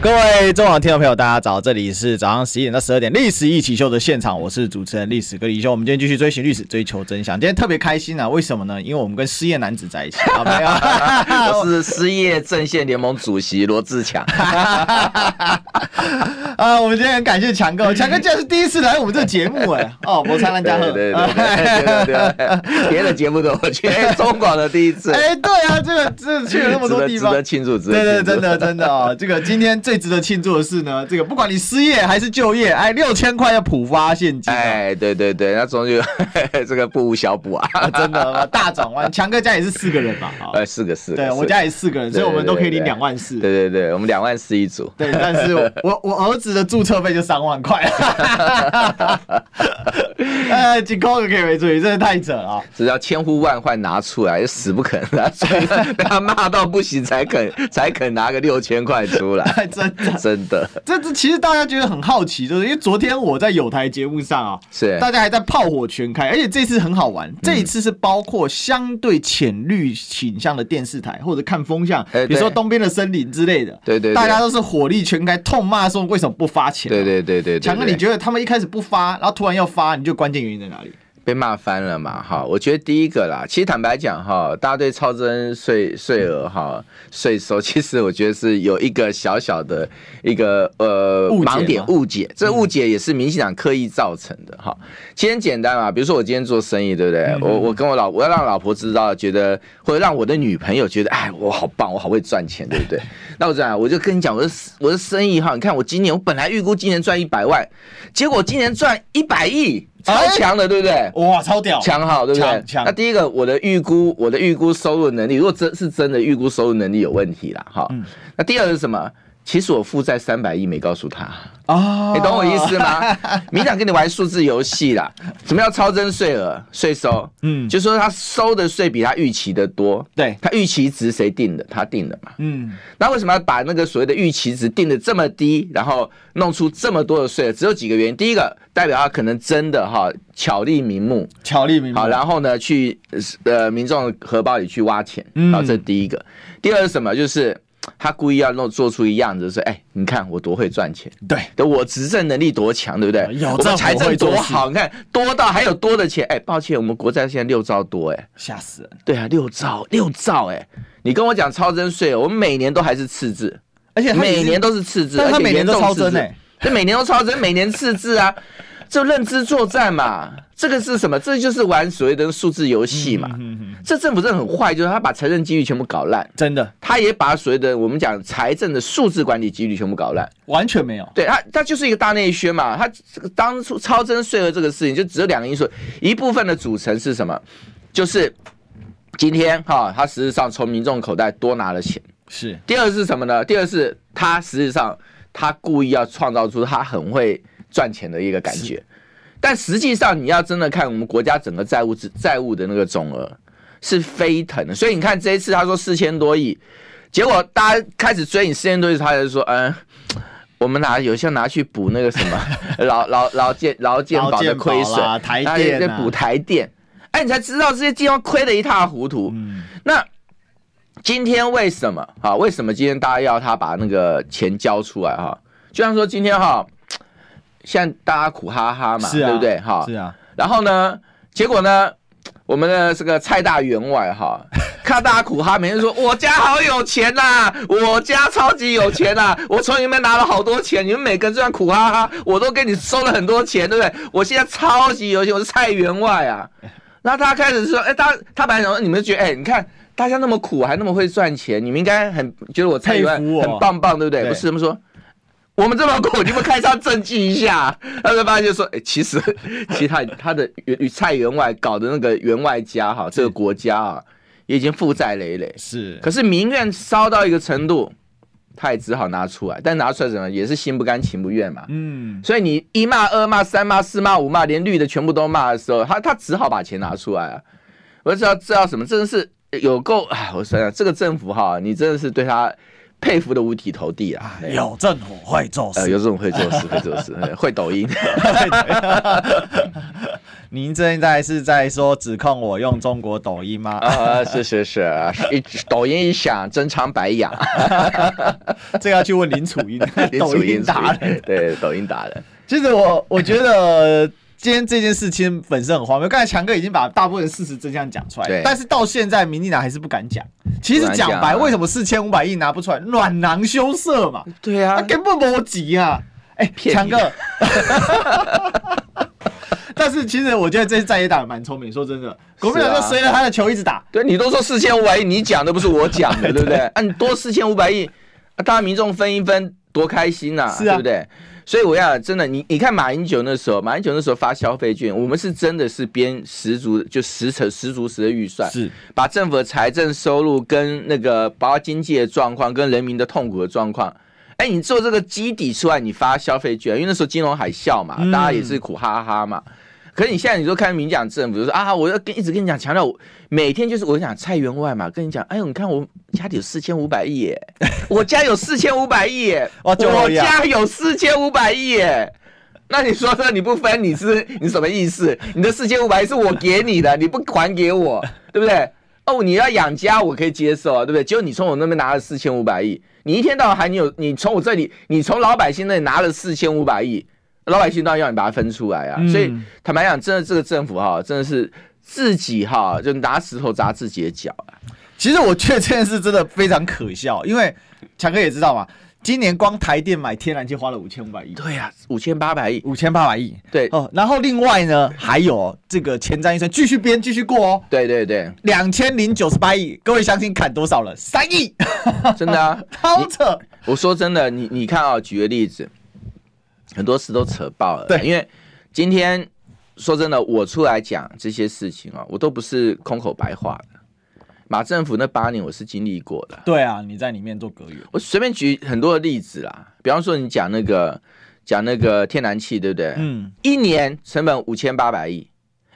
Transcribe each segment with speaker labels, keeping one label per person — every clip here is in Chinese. Speaker 1: 各位中广听众朋友，大家早，这里是早上十一点到十二点《历史一起秀》的现场，我是主持人历史哥李修。我们今天继续追寻历史，追求真相。今天特别开心啊，为什么呢？因为我们跟失业男子在一起。啊，没有，
Speaker 2: 我是失业阵线联盟主席罗志强。
Speaker 1: 啊，我们今天很感谢强哥，强哥竟然是第一次来我们这节目哎、哦，我灿烂加贺，
Speaker 2: 对对对对对，别的节目的我去，哎中广的第一次。
Speaker 1: 哎，对啊，这个这个去了那么多地方，
Speaker 2: 值得庆祝，值得
Speaker 1: 对对，真的真的哦，这个今天最值得庆祝的是呢，这个不管你失业还是就业，哎，六千块的普发现金、哎，
Speaker 2: 哎，对对对，那终于 这个不无小补啊。
Speaker 1: 啊真的大转弯。强哥家也是四个人嘛，哦
Speaker 2: 呃，四个四个，
Speaker 1: 对
Speaker 2: 四个
Speaker 1: 我家也是四个人，所以我们都可以领两万
Speaker 2: 对
Speaker 1: 四。
Speaker 2: 对对，我们两万四一组。
Speaker 1: 对，但是我 我我儿子的注册费就三万块， 呃，几扣就可以为主，真的太扯了啊！
Speaker 2: 只要千呼万唤拿出来，死不肯拿出来，被他骂到不行才肯才肯拿个六千块出来，
Speaker 1: 啊 真的，
Speaker 2: 真的
Speaker 1: 这这其实大家觉得很好奇，就是因为昨天我在有台节目上啊，
Speaker 2: 是嗯
Speaker 1: 大家还在炮火全开，而且这次很好玩，这一次是包括相对浅绿倾向的电视台或者看风向，
Speaker 2: 哎
Speaker 1: 比如说
Speaker 2: 对
Speaker 1: 东边的森林之类的，
Speaker 2: 对对对
Speaker 1: 大家都是火力全开，痛骂说为什么不发钱、啊
Speaker 2: 对对对对对，
Speaker 1: 强哥，
Speaker 2: 对
Speaker 1: 你觉得他们一开始不发，然后突然要发，你觉得关键原因在哪里？
Speaker 2: 被骂翻了嘛？哈，我觉得第一个啦，其实坦白讲哈，大家对超征税税额哈税收，其实我觉得是有一个小小的一个呃
Speaker 1: 误解吗嗯
Speaker 2: 盲点误解，这误解也是民进党刻意造成的哈。其实很简单嘛，比如说我今天做生意，对不
Speaker 1: 嗯
Speaker 2: 对？我我跟我老我要让老婆知道，觉得或者让我的女朋友觉得，哎，我好棒，我好会赚钱，对不 对？那我这样，我就跟你讲，我的我的生意哈，你看我今年我本来预估今年赚一百万，结果今年赚一百亿，超
Speaker 1: 哎
Speaker 2: 强的，对不对？
Speaker 1: 哇，超屌！
Speaker 2: 强好，对不对
Speaker 1: 强？强
Speaker 2: 那第一个，我的预估，我的预估收入能力，如果真是真的预估收入能力有问题啦，哈。
Speaker 1: 嗯
Speaker 2: 那第二个是什么？其实我负债三百亿没告诉他，
Speaker 1: 啊
Speaker 2: 你懂我意 思吗？民党跟你玩数字游戏啦，什么叫超征税额、税收？
Speaker 1: 嗯
Speaker 2: 嗯，就说他收的税比他预期的多，
Speaker 1: 对
Speaker 2: 他预期值谁定的？他定的嘛。
Speaker 1: 嗯，
Speaker 2: 那为什么要把那个所谓的预期值定的这么低，然后弄出这么多的税？只有几个原因，第一个代表他可能真的哈巧立名目，
Speaker 1: 巧立名目。
Speaker 2: 好，然后呢，去呃民众荷包里去挖钱，
Speaker 1: 嗯
Speaker 2: 然后这是第一个。第二是什么？就是他故意要弄做出一样子，说哎，你看我多会赚钱，
Speaker 1: 对，
Speaker 2: 对我执政能力多强，对不对？
Speaker 1: 有
Speaker 2: 我
Speaker 1: 政
Speaker 2: 们
Speaker 1: 府
Speaker 2: 财
Speaker 1: 会
Speaker 2: 政
Speaker 1: 做
Speaker 2: 多
Speaker 1: 事
Speaker 2: 好，你看多到还有多的钱。哎，抱歉，我们国债现在六兆多，哎，
Speaker 1: 吓死人！
Speaker 2: 对啊，六兆六兆，哎，你跟我讲超征税，我们每年都还是赤字，
Speaker 1: 而且他
Speaker 2: 每年都是赤字，
Speaker 1: 但他
Speaker 2: 而且
Speaker 1: 每年都
Speaker 2: 严重
Speaker 1: 超
Speaker 2: 赤
Speaker 1: 增
Speaker 2: 字
Speaker 1: 哎，
Speaker 2: 对，每年都超增，每年赤字啊，就认知作战嘛，这个是什么？这就是玩所谓的数字游戏
Speaker 1: 嗯
Speaker 2: 嘛。这政府真的很坏，就是他把财政纪律全部搞烂，
Speaker 1: 真的
Speaker 2: 他也把所谓的我们讲财政的数字管理纪律全部搞烂。
Speaker 1: 完全没有。
Speaker 2: 对他，他就是一个大内宣嘛。他这个当初超征税额这个事情，就只有两个因素，一部分的组成是什么？就是今天哈，他实质上从民众口袋多拿了钱。
Speaker 1: 是
Speaker 2: 第二是什么呢？第二是他实际上他故意要创造出他很会赚钱的一个感觉，但实际上你要真的看我们国家整个债务之债务的那个总额是飞腾的，所以你看这一次他说四千多亿，结果大家开始追你四千多亿，他就说嗯。我们拿有些拿去补那个什 么劳劳劳健劳健保的亏
Speaker 1: 劳健
Speaker 2: 损
Speaker 1: 保啦，台
Speaker 2: 然后也
Speaker 1: 电啊
Speaker 2: 补台电，哎，你才知道这些地方亏得一塌糊涂。
Speaker 1: 嗯
Speaker 2: 那今天为什么啊？为什么今天大家要他把那个钱交出来哈？就像说今天哈，现在大家苦哈哈嘛，
Speaker 1: 是啊，
Speaker 2: 对不对哈？
Speaker 1: 是啊，
Speaker 2: 然后呢，结果呢，我们的这个蔡大员外 哈，看大家苦哈，每天说我家好有钱呐、我家超级有钱呐、我从你们拿了好多钱，你们每个人虽然苦哈哈，我都给你收了很多钱，对不对？我现在超级有钱，我是蔡员 外啊。然后大家开始说，哎，大家他本来想说，你们觉得，哎，你看大家那么苦，还那么会赚钱，你们应该很觉得我蔡员外
Speaker 1: 佩服我哦
Speaker 2: 很棒棒，对不对？
Speaker 1: 对
Speaker 2: 不是他们说。我们这么 苦，你们开枪震惊一下。他就发现说，哎、其实， 其实他他的与蔡员外搞的那个员外家哈，这个国家啊，也已经负债累累。
Speaker 1: 是
Speaker 2: 可是民怨烧到一个程度，他也只好拿出来，但拿出来怎么样也是心不甘情不愿嘛。
Speaker 1: 嗯，
Speaker 2: 所以你一骂、二骂、三骂、四骂、五骂，连绿的全部都骂的时候，他他只好把钱拿出来啊。我知道知道什么，真的是有够哎，我说这个政府哈，你真的是对他佩服的五体投地啊！对
Speaker 1: 有政府会做
Speaker 2: 呃，
Speaker 1: 事。
Speaker 2: 有这种会做事、会做事、哎会 抖音，
Speaker 1: 您现在是在说指控我用中国抖音 吗？
Speaker 2: 啊，是是是，一抖音一响，真长白痒，啊
Speaker 1: 这个要去问 林楚英，抖
Speaker 2: 抖
Speaker 1: 音达人。，
Speaker 2: 对，抖音达人，
Speaker 1: 其实我我觉得今天这件事情本身很荒谬。刚才强哥已经把大部分事实真相讲出来了
Speaker 2: 对，
Speaker 1: 但是到现在民进党还是不敢讲。其实
Speaker 2: 不敢
Speaker 1: 讲
Speaker 2: 讲
Speaker 1: 白，
Speaker 2: 啊
Speaker 1: 为什么四千五百亿拿不出来？暖囊羞涩嘛，
Speaker 2: 对
Speaker 1: 他
Speaker 2: 啊，
Speaker 1: 根本逻辑啊！哎，
Speaker 2: 骗
Speaker 1: 强
Speaker 2: 你
Speaker 1: 哥。 但是其实我觉得这次在野党蛮聪明，说真的，国民党
Speaker 2: 是啊
Speaker 1: 就随着他的球一直打，
Speaker 2: 对你都说四千五百亿，你讲的不是我讲 的，对不对？啊，你多四千五百亿，啊大家民众分一分，多开心呐、
Speaker 1: 是啊
Speaker 2: 对不对？所以我要真的，你你看马英九那时候，马英九那时候发消费券，我们是真的是编十足，就十成十足十的预算，
Speaker 1: 是
Speaker 2: 把政府的财政收入跟那个包括经济的状况跟人民的痛苦的状况。哎，你做这个基底出来，你发消费券，因为那时候金融海啸
Speaker 1: 嗯
Speaker 2: 嘛，大家也是苦哈哈嘛。可是你现在你就看民进党政府，就说啊，我要跟一直跟你讲，强调我每天就是我讲蔡员外嘛，跟你讲，哎呦，你看我家里有四千五百亿 耶，我家有四千五百亿耶，
Speaker 1: 哇就我
Speaker 2: 我
Speaker 1: 一样
Speaker 2: 家有四千五百亿耶。那你说这你不分，你是你什么意思？你的四千五百是我给你的，你不还给我，对不 对？哦，你要养家，我可以接受啊，对不对？结果你从我那边拿了四千五百亿，你一天到晚喊你有，你从我这里，你从老百姓那里拿了四千五百亿，老百姓当然要你把它分出来啊。
Speaker 1: 嗯
Speaker 2: 所以坦白讲，真的这个政府哈、真的是自己哈、就拿石头砸自己的脚啊。
Speaker 1: 其实我觉得这件事真的非常可笑，因为强哥也知道嘛，今年光台电买天然气花了五千五百亿，
Speaker 2: 对啊呀、五千八百亿，
Speaker 1: 五千八百亿
Speaker 2: 对
Speaker 1: 哦。然后另外呢，还有这个前瞻预算继续编继续过哦，
Speaker 2: 对对对，
Speaker 1: 两千零九十八亿，各位相信砍多少了？三亿，。
Speaker 2: 真的啊
Speaker 1: 超扯！
Speaker 2: 我说真的，你你看啊、举个例子，很多事都扯爆了。
Speaker 1: 对
Speaker 2: 因为今天说真的，我出来讲这些事情啊、我都不是空口白话的。马政府那八年，我是经历过的。
Speaker 1: 对啊，你在里面做隔远，
Speaker 2: 我随便举很多的例子啦，比方说你讲那个讲那个天然气，对不对？
Speaker 1: 嗯，
Speaker 2: 一年成本五千八百亿。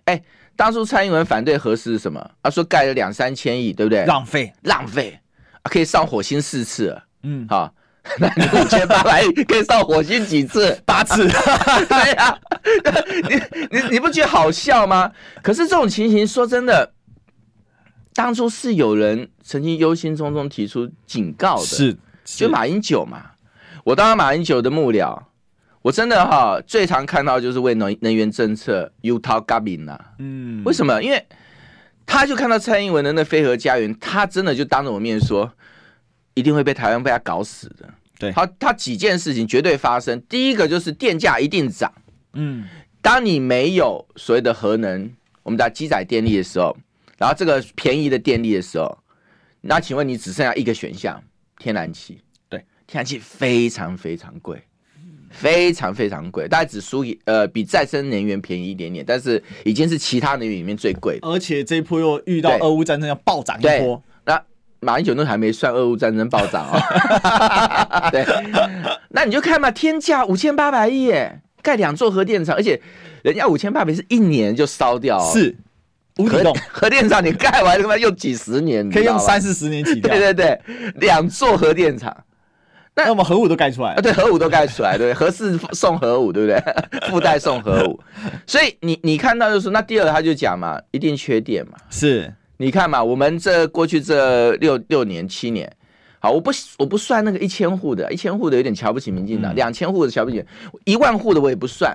Speaker 2: 哎，当初蔡英文反对核四是什么？他说盖了两三千亿，对不对？
Speaker 1: 嗯浪费，
Speaker 2: 浪费、啊可以上火星四次了
Speaker 1: 嗯，
Speaker 2: 啊！ 那你五千八百亿 可以上火星几次？
Speaker 1: 八次，
Speaker 2: 对呀、 你你你不觉得好笑吗？可是这种情形，说真的，当初是有人曾经忧心忡忡提出警告的，
Speaker 1: 是
Speaker 2: 就马英九嘛。我当了马英九的幕僚，我真的哈最常看到就是为能能源政策 u t a g a b i n 啊，
Speaker 1: 嗯，
Speaker 2: 为什么？因为他就看到蔡英文的那飞核家园，他真的就当着我面说，一定会被台湾被他搞死的。
Speaker 1: 对
Speaker 2: 他他几件事情绝对发生，第一个就是电价一定涨。
Speaker 1: 嗯，
Speaker 2: 当你没有所谓的核能，我们打机载电力的时候，然后这个便宜的电力的时候，那请问你只剩下一个选项，天然气。
Speaker 1: 对，
Speaker 2: 天然气非常非常贵，非常非常贵，大概只输一呃比再生能源便宜一点点，但是已经是其他能源里面最贵的。
Speaker 1: 而且这一波又遇到
Speaker 2: 对
Speaker 1: 俄乌战争要暴涨一
Speaker 2: 对
Speaker 1: 波，
Speaker 2: 那马英九那还没算俄乌战争暴涨 哦。对，那你就看嘛，天价五千八百亿耶，盖两座核电厂，而且人家五千八百是一年就烧掉、哦，
Speaker 1: 是无底
Speaker 2: 核
Speaker 1: 洞，
Speaker 2: 核电厂你盖完他妈用几十年，你
Speaker 1: 可以
Speaker 2: 知道
Speaker 1: 用
Speaker 2: 吗
Speaker 1: 三。四十年起跳
Speaker 2: 对，对对，两座核电厂
Speaker 1: 那我们核武都盖出来
Speaker 2: 啊，
Speaker 1: 了，
Speaker 2: 对核武都盖出来，对不对？核四送核武，对不对？ 附带送核武，所以你你看到就是那第二他就讲嘛，一定缺电嘛。
Speaker 1: 是
Speaker 2: 你看嘛，我们这过去这六六年七年，好，我不我不算那个一千户的，一千户的有点瞧不起民进党，两千户的瞧不起，一万户的我也不算，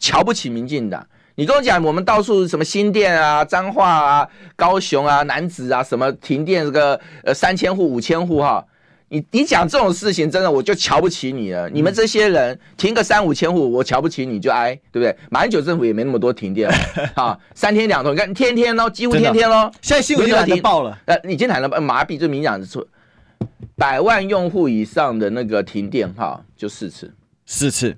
Speaker 2: 瞧不起民进党。你跟我讲，我们到处什么新店啊、彰化啊、高雄啊、南子啊，什么停电这个呃三千户、五千户哈，你你讲这种事情，真的我就瞧不起你了。你们这些人停个三五千户，我瞧不起你就挨，对不对？马英九政府也没那么多停电了啊，三天两头，你看天天哦，几乎
Speaker 1: 真的
Speaker 2: 天天哦。
Speaker 1: 现在新闻就懒得报了，
Speaker 2: 呃，已经谈了呃麻痹，就明讲说，百万用户以上的那个停电哈，就四次，
Speaker 1: 四次。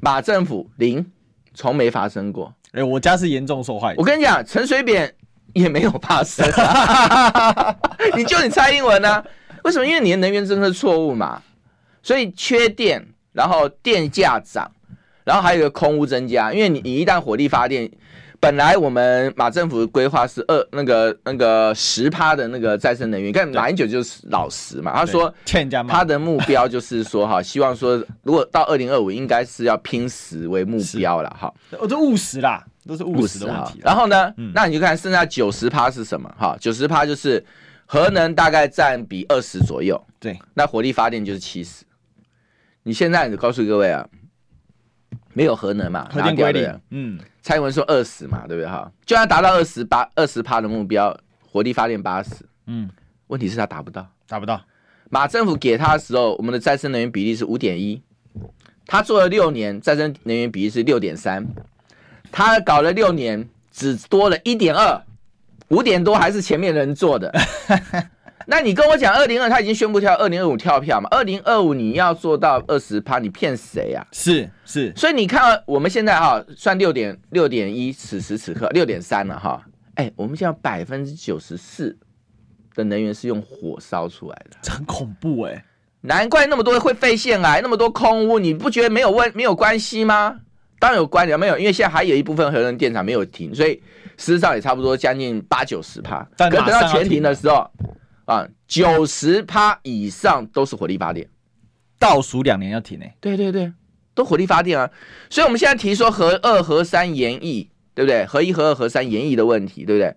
Speaker 2: 马政府零，从没发生过。
Speaker 1: 哎、我家是严重受害者
Speaker 2: 我。跟你讲，陈水扁也没有发生、啊 你就你蔡英文呢、啊为什么？因为你的能源政策错误嘛，所以缺电，然后电价涨，然后还有一个空屋增加，因为你你一旦火力发电。本来我们马政府的规划是二那个那个十趴的那个再生能源，但马英九就是老实嘛，他说
Speaker 1: 对欠人家骂
Speaker 2: 他的目标就是说哈，希望说如果到二零二五应该是要拼十为目标了哈，
Speaker 1: 我这务实啦，都是务实啊的问
Speaker 2: 哈
Speaker 1: 题。嗯
Speaker 2: 然
Speaker 1: 后
Speaker 2: 后呢，那你就看剩下九十趴是什么哈？九十趴就是核能大概占比二十左右，
Speaker 1: 对，
Speaker 2: 那火力发电就是七十。你现在你告诉各位啊，没有核能嘛，
Speaker 1: 核
Speaker 2: 拿
Speaker 1: 电
Speaker 2: 掉
Speaker 1: 规
Speaker 2: 的
Speaker 1: 定。，嗯，
Speaker 2: 蔡英文说二十嘛，对不对哈？就要达到二十八二十趴的目标，火力发电八十。
Speaker 1: 嗯，
Speaker 2: 问题是他达不到。
Speaker 1: 达不到，
Speaker 2: 马政府给他的时候，我们的再生能源比例是五点一，他做了六年，再生能源比例是六点三，他搞了六年，只多了一点二，五点多还是前面人做的。那你跟我讲，二零二他已经宣布跳二零二五跳票嘛？二零二五你要做到二十趴，你骗谁呀、
Speaker 1: 是 是，
Speaker 2: 所以你看，我们现在哈算六点六点一，此时此刻六点三了哈。哎，我们现在百分之九十四的能源是用火烧出来的。
Speaker 1: 这很恐怖哎、
Speaker 2: 难怪那么多会肺腺癌，那么多空屋，你不觉得没有问没有关系吗？当然有关联，没有，因为现在还有一部分核能电厂没有停，所以事实上也差不多将近八九十趴。可
Speaker 1: 但
Speaker 2: 等
Speaker 1: 马上
Speaker 2: 到
Speaker 1: 要
Speaker 2: 全停
Speaker 1: 停
Speaker 2: 的时候，啊，九十趴以上都是火力发电。
Speaker 1: 倒数两年要停哎、
Speaker 2: 对对对，都火力发电啊。所以我们现在提说核二、核三延役，对不对？核一、核二、核三延役的问题，对不对？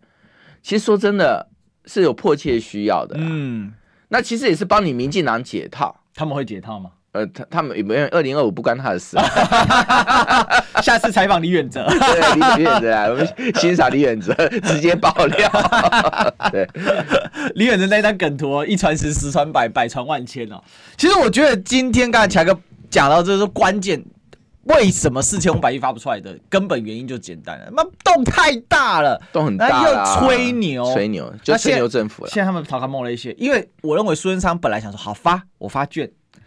Speaker 2: 其实说真的是有迫切需要的啦。
Speaker 1: 嗯，
Speaker 2: 那其实也是帮你民进党解套。
Speaker 1: 他们会解套吗？
Speaker 2: 呃，他他们也没有二零二五不关他的事啊，
Speaker 1: 啊下次采访李远哲，
Speaker 2: 对李李远哲啊，我们欣赏李远哲 直接爆料， 对，
Speaker 1: 李远哲那一张梗图、哦，一传十，十传百，百传万千哦。其实我觉得今天刚才强哥讲到，这是关键。为什么四千五百亿发不出来的根本原因就简单了，妈洞太大了，
Speaker 2: 都很大啦
Speaker 1: 那又吹牛，
Speaker 2: 吹牛就
Speaker 1: 那现
Speaker 2: 吹牛政府了，
Speaker 1: 现在他们逃开梦了一些，因为我认为苏贞昌本来想说好发，我发券，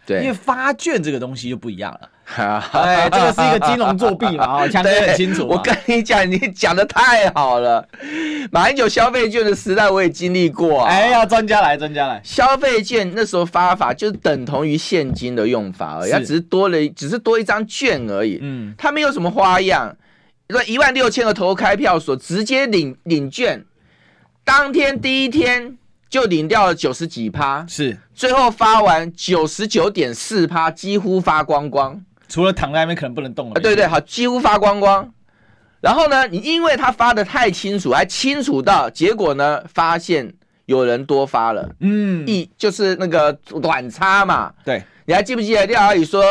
Speaker 1: 因为
Speaker 2: 对，
Speaker 1: 发券这个东西就不一样了。
Speaker 2: 哎
Speaker 1: 哎，这个是一个金融作弊嘛， 啊，强哥很清楚嘛。
Speaker 2: 我跟你讲，你讲的太好了，马英九消费券的时代我也经历过、啊，
Speaker 1: 哎呀，专家来，专家来，
Speaker 2: 消费券那时候发法就等同于现金的用法而已，
Speaker 1: 是
Speaker 2: 它只是多了一，只是多一张券而已。
Speaker 1: 嗯，
Speaker 2: 它没有什么花样。那一万六千个投开票所直接领领券，当天第一天就领掉了九十几趴，
Speaker 1: 是
Speaker 2: 最后发完九十九点四趴，几乎发光光。
Speaker 1: 除了躺在那边可能不能动了
Speaker 2: 啊，，对对，好，几乎发光光。然后呢，你因为他发的太清楚，还清楚到结果呢，发现有人多发了。
Speaker 1: 嗯，
Speaker 2: 一就是那个短差嘛。
Speaker 1: 对，
Speaker 2: 你还记不记得廖阿姨说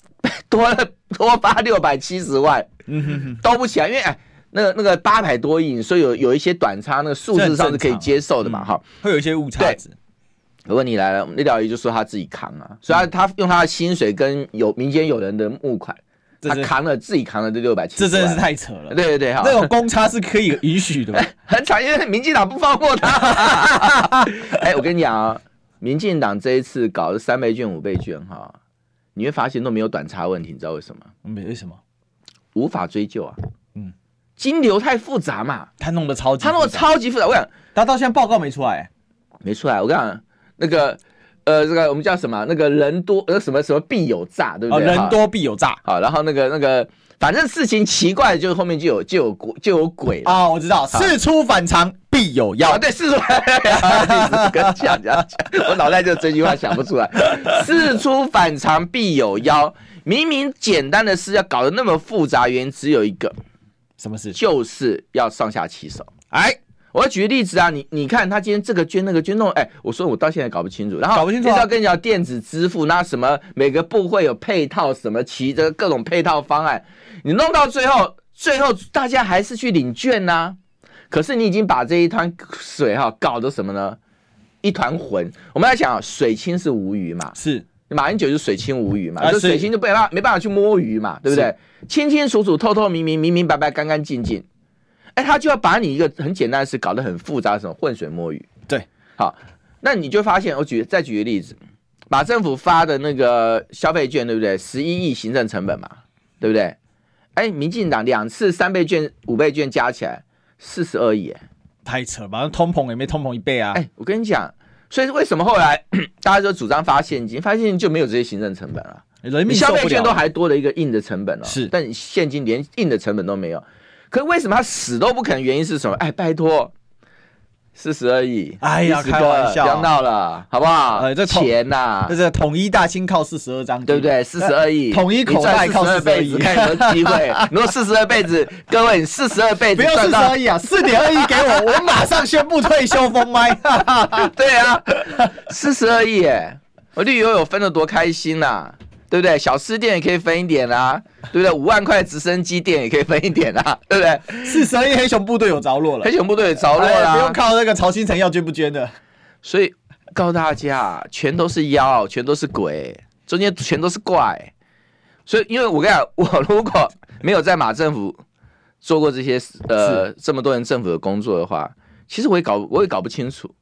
Speaker 2: 多了多发六百七十万
Speaker 1: 嗯哼哼，
Speaker 2: 都不起来，因为哎那个那个八百多亿，所以有有一些短差，那个数字上是
Speaker 1: 啊
Speaker 2: 可以接受的嘛哈。
Speaker 1: 会有一些误差值，
Speaker 2: 问题来了，那廖阿姨就说她自己扛啊，所以她她用她的薪水跟有民间有人的募款，
Speaker 1: 这
Speaker 2: 她
Speaker 1: 真
Speaker 2: 扛了自己扛了这六百七十
Speaker 1: 这
Speaker 2: 万，
Speaker 1: 真的是太扯了。
Speaker 2: 对对对哈。
Speaker 1: 那种公差是可以允许的嘛，
Speaker 2: 很惨，因为民进党不放过他。 哎、我跟你讲啊，民进党这一次搞的三倍券、五倍券哈，你会发现都没有短差问题，你知道为什么？
Speaker 1: 没为什么？
Speaker 2: 无法追究啊。
Speaker 1: 嗯
Speaker 2: 嗯，金流太复杂嘛，
Speaker 1: 他弄得超级复
Speaker 2: 他
Speaker 1: 杂，
Speaker 2: 那个超级复杂。我想
Speaker 1: 他到现在报告没出来，
Speaker 2: 没出来，我跟你讲那个呃，这个我们叫什么？那个人多呃什么什么必有诈，对不
Speaker 1: 哦，
Speaker 2: 对？
Speaker 1: 人多必有诈
Speaker 2: 好，然后那个那个，反正事情奇怪，就是后面就有就有鬼就有鬼了。
Speaker 1: 啊，我知道，事出反常必有妖
Speaker 2: 啊，，对，事出跟讲讲讲，我脑袋就这句话想不出来。事出反常必有妖，明明简单的事要搞得那么复杂，原因只有一个，
Speaker 1: 什么事？
Speaker 2: 就是要上下其手。
Speaker 1: 哎，
Speaker 2: 我要举个例子啊，你你看他今天这个捐那个捐弄，哎，我说我到现在搞不清楚，然后
Speaker 1: 搞不清楚啊
Speaker 2: 就是要跟你讲电子支付，那什么每个部会有配套什么其的各种配套方案，你弄到最后，最后大家还是去领券呐、可是你已经把这一滩水哈、搞得什么呢？一团混。我们来讲、啊，水清是无鱼嘛，
Speaker 1: 是
Speaker 2: 马英九就是水清无鱼嘛，
Speaker 1: 啊
Speaker 2: 就是水清就没办法没办法去摸鱼嘛，对不对？清清楚楚、透透明明、明明白白、干干净净。哎，他就要把你一个很简单的事搞得很复杂，什么浑水摸鱼。
Speaker 1: 对，
Speaker 2: 好，那你就发现，我举再举个例子，马政府发的那个消费券，对不对？十一亿行政成本嘛，对不对？哎，民进党两次三倍券、五倍券加起来四十二亿，哎
Speaker 1: 太扯了吧，通膨也没通膨一倍啊，
Speaker 2: 哎，我跟你讲，所以为什么后来 大家就主张发现金，发现金就没有这些行政成本了。
Speaker 1: 人
Speaker 2: 你
Speaker 1: 民
Speaker 2: 消
Speaker 1: 受
Speaker 2: 费
Speaker 1: 不
Speaker 2: 券
Speaker 1: 了
Speaker 2: 都
Speaker 1: 了。
Speaker 2: 还多了一个硬的成本哦，
Speaker 1: 是
Speaker 2: 但你现金连硬的成本都没有。可是为什么他死都不肯？原因是什么？哎，拜托，四十而已。
Speaker 1: 哎呀
Speaker 2: 40
Speaker 1: 开
Speaker 2: 个
Speaker 1: 玩笑
Speaker 2: 不要闹了，好不好？
Speaker 1: 呃这统
Speaker 2: 钱呐、
Speaker 1: 这是统一大清靠四十二张，
Speaker 2: 对不对？四十二亿，
Speaker 1: 统一口袋靠
Speaker 2: 四
Speaker 1: 42
Speaker 2: 二辈子，看有没有机会。 如果四十二辈子，各位，你四十二辈子
Speaker 1: 不要四
Speaker 2: 赚
Speaker 1: 十
Speaker 2: 到
Speaker 1: 二亿啊， 四点二亿给我，我马上宣布退休封麦。
Speaker 2: 对啊，四十二亿哎，我绿油油分的多开心呐、对不对？小吃店也可以分一点啊，对不对？五万块直升机店也可以分一点啊，对不 对？
Speaker 1: 四十二亿黑熊部队有着落了
Speaker 2: 黑，熊部队也着落
Speaker 1: 哎
Speaker 2: 啦、
Speaker 1: 不用靠那个曹新成要捐不捐的。
Speaker 2: 所以告诉大家，全都是妖，全都是鬼，中间全都是怪。所以，因为我跟你讲，我如果没有在马政府做过这些呃这么多人政府的工作的话，其实我也搞我也搞不清楚。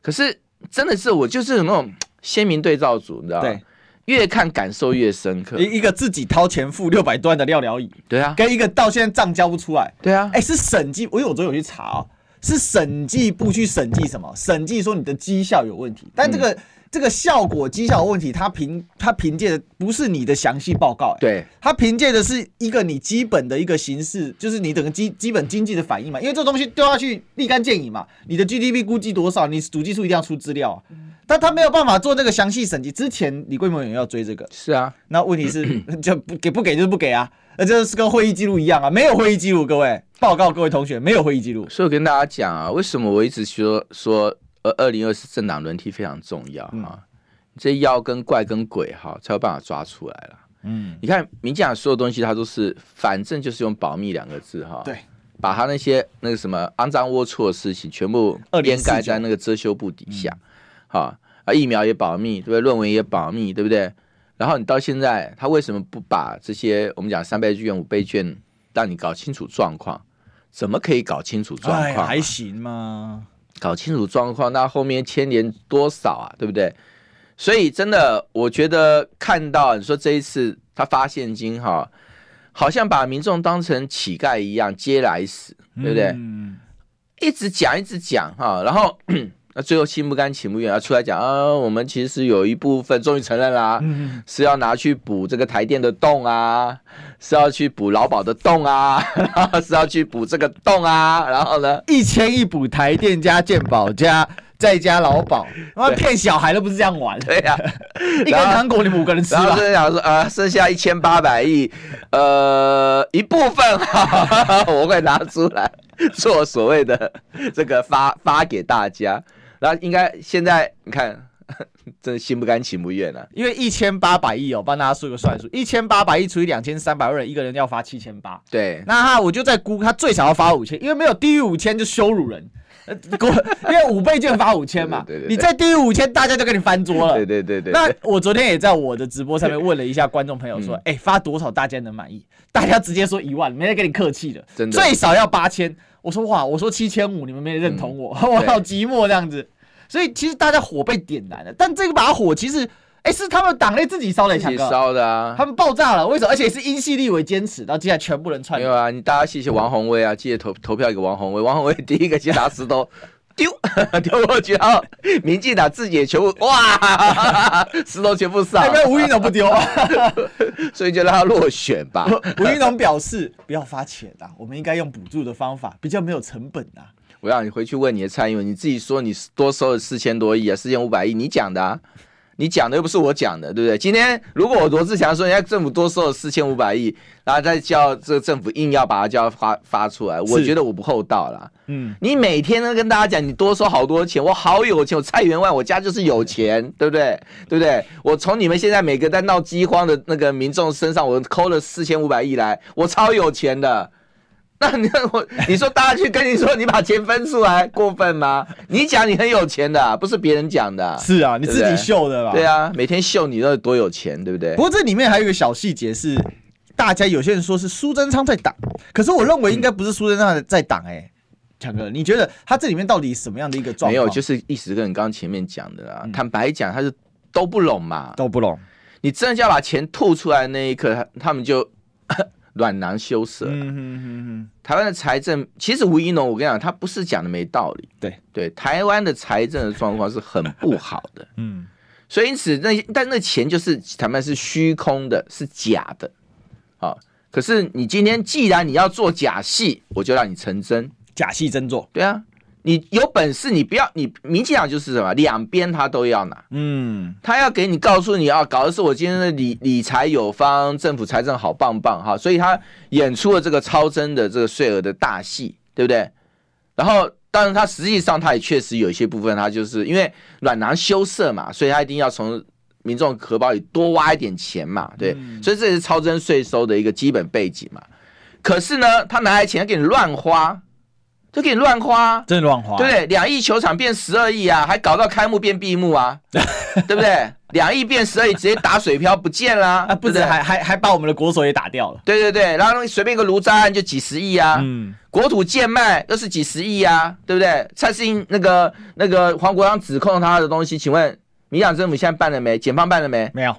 Speaker 2: 可是真的是我就是有那种鲜明对照组，你知道吗
Speaker 1: 对？
Speaker 2: 越看感受越深刻。
Speaker 1: 一一个自己掏钱付六百段的料 聊椅，
Speaker 2: 对啊，
Speaker 1: 跟一个到现在账交不出来，
Speaker 2: 对啊，
Speaker 1: 哎，是审计，我有昨天有去查哦，是审计部去审计什么？审计说你的绩效有问题，但这个、这个效果绩效有问题，它凭它凭借的不是你的详细报告、哎，
Speaker 2: 对
Speaker 1: 它凭借的是一个你基本的一个形式，就是你整个基基本经济的反应嘛，因为这东西都要去立竿见影嘛，你的 GDP 估计多少，你主计处一定要出资料啊，但他没有办法做这个详细审计。之前李桂盟也要追这个，
Speaker 2: 是啊，
Speaker 1: 那问题是 就不给不给就是不给啊，那这是跟会议记录一样啊，没有会议记录，各位报告各位同学没有会议记录，
Speaker 2: 所以我跟大家讲啊，为什么我一直说说呃，二零二四政党轮替非常重要啊，这妖跟怪跟鬼哈、才有办法抓出来了。
Speaker 1: 嗯，
Speaker 2: 你看民进党所有东西，它都是反正就是用保密两个字哈、
Speaker 1: 对，
Speaker 2: 把他那些那个什么肮脏龌龊的事情全部
Speaker 1: 2049
Speaker 2: 掩盖在那个遮羞布
Speaker 1: 嗯
Speaker 2: 底下，哈、啊，疫苗也保密，对不对？论文也保密，对不对？然后你到现在，他为什么不把这些我们讲三倍券、五倍券，让你搞清楚状况？怎么可以搞清楚状
Speaker 1: 哎
Speaker 2: 况啊、
Speaker 1: 还行嘛，
Speaker 2: 搞清楚状况，那后面牵连多少啊，对不对？所以真的，我觉得看到你说这一次他发现金哈，好像把民众当成乞丐一样接来使，对不对？
Speaker 1: 嗯
Speaker 2: 一直讲一直讲哈，然后那最后心不甘情不愿啊出来讲啊，我们其实有一部分终于承认啦、
Speaker 1: 嗯，
Speaker 2: 是要拿去补这个台电的洞啊，是要去补劳保的洞啊， 然后是要去补这个洞啊，然后呢？
Speaker 1: 一千一补台电加健保加再加劳保，他妈骗小孩都不是这样 玩，
Speaker 2: 对 呀、
Speaker 1: 一根糖果你们五个人吃
Speaker 2: 然后
Speaker 1: 吧
Speaker 2: 就，是想说啊，剩下一千八百亿，呃，一部分 哈，我会拿出来做所谓的这个发发给大家。然后应该现在你看， 真的心不甘情不愿啊。
Speaker 1: 因为一千八百亿哦，帮大家说个算数，一千八百亿除以两千三百万人，一个人要发七千八，
Speaker 2: 对，
Speaker 1: 那他我就在估他最少要发五千，因为没有低于五千就羞辱人。呃，国因为五倍券发五千嘛，
Speaker 2: 对对对对
Speaker 1: 你再低于五千，大家就跟你翻桌了。
Speaker 2: 对对对对
Speaker 1: 那
Speaker 2: 对，嗯
Speaker 1: 我昨天也在我的直播上面问了一下观众朋友说，哎、发多少大家能满意？ 大家直接说一万，没人跟你客气的，
Speaker 2: 真的
Speaker 1: 最少要八千。我说哇，我说七千五，你们没人认同我，
Speaker 2: 嗯
Speaker 1: 我 好寂寞这样子。所以其实大家火被点燃了，但这把火其实，哎、是他们党内自己烧的，
Speaker 2: 自
Speaker 1: 强
Speaker 2: 己
Speaker 1: 哥，
Speaker 2: 烧的啊
Speaker 1: 他。们爆炸了，为什么？而且是英系立委坚持，到接下来全部人串
Speaker 2: 没
Speaker 1: 联
Speaker 2: 有啊，你大家谢谢王宏威啊，记得投投票给王宏威。王宏威第一个去拿石头 丢丢过去，然后民进党自己也全部哇， 石头全部上
Speaker 1: 哎，，那吴云龙不丢啊？
Speaker 2: 所以就让他落选吧。
Speaker 1: 吴云龙表示不要发钱啊，我们应该用补助的方法，比较没有成本啊。
Speaker 2: 我让你回去问你的蔡英文，你自己说你多收了四千多亿啊，四千五百亿，你讲的、啊，你讲的又不是我讲的，对不对？今天如果我罗志祥说人家政府多收了四千五百亿，然后再叫这个政府硬要把它叫发发出来，我
Speaker 1: 是
Speaker 2: 觉得我不厚道啦。
Speaker 1: 嗯，
Speaker 2: 你每天都跟大家讲你多收好多钱，我好有钱，我蔡员外我家就是有钱，对不对？对不对？我从你们现在每个在闹饥荒的那个民众身上，我抠了四千五百亿来，我超有钱的。 那你看我，你说大家去跟你说你把钱分出来，过分吗？你讲你很有钱的啊、不是别人讲的啊、
Speaker 1: 是啊，你自己
Speaker 2: 对不对
Speaker 1: 秀的啦。
Speaker 2: 对啊，每天秀你到底多有钱，对不对
Speaker 1: 不？过这里面还有一个小细节是，大家有些人说是苏贞昌在挡，可是我认为应该不是苏贞昌在挡哎、强哥，你觉得他这里面到底什么样的一个状况？
Speaker 2: 没有，就是是意思跟你刚刚前面讲的
Speaker 1: 嗯
Speaker 2: 啦。坦白讲，他是都不拢嘛。
Speaker 1: 都不懂。
Speaker 2: 你真的就要把钱吐出来的那一刻，他他们就 软囊羞涩。
Speaker 1: 嗯哼哼哼，
Speaker 2: 台湾的财政，其实吴一农，我跟你讲，他不是讲的没道理。
Speaker 1: 对
Speaker 2: 对，台湾的财政的状况是很不好的，
Speaker 1: 嗯，
Speaker 2: 所以因此那但那钱就是坦白是虚空的，是假的，啊、可是你今天既然你要做假戏，我就让你成真。
Speaker 1: 假戏真做，
Speaker 2: 对啊，你有本事你不要你民进党就是什么，两边他都要拿，
Speaker 1: 嗯，
Speaker 2: 他要给你告诉你啊，搞的是我今天的理理财有方，政府财政好棒棒哈，所以他演出了这个超征的这个税额的大戏，对不对？然后。当然，他实际上他也确实有一些部分，他就是因为软囊羞涩嘛，所以他一定要从民众荷包里多挖一点钱嘛，对，所以这也是超征税收的一个基本背景嘛。可是呢，他拿来钱给你乱花，就给你乱花，
Speaker 1: 真的乱花，
Speaker 2: 对不，啊对？两亿球场变十二亿啊，还搞到开幕变闭幕 啊，对不对？两亿变十二亿，直接打水漂不见啦、
Speaker 1: 啊，不
Speaker 2: 对
Speaker 1: 止
Speaker 2: 对
Speaker 1: 还还还把我们的国手也打掉了，
Speaker 2: 对对对，然后随便一个卢渣案就几十亿啊，
Speaker 1: 嗯，
Speaker 2: 国土贱卖又是几十亿啊，对不对？蔡世英那个那个黄国昌指控他的东西，请问民党政府现在办了没？检方办了没？
Speaker 1: 没有，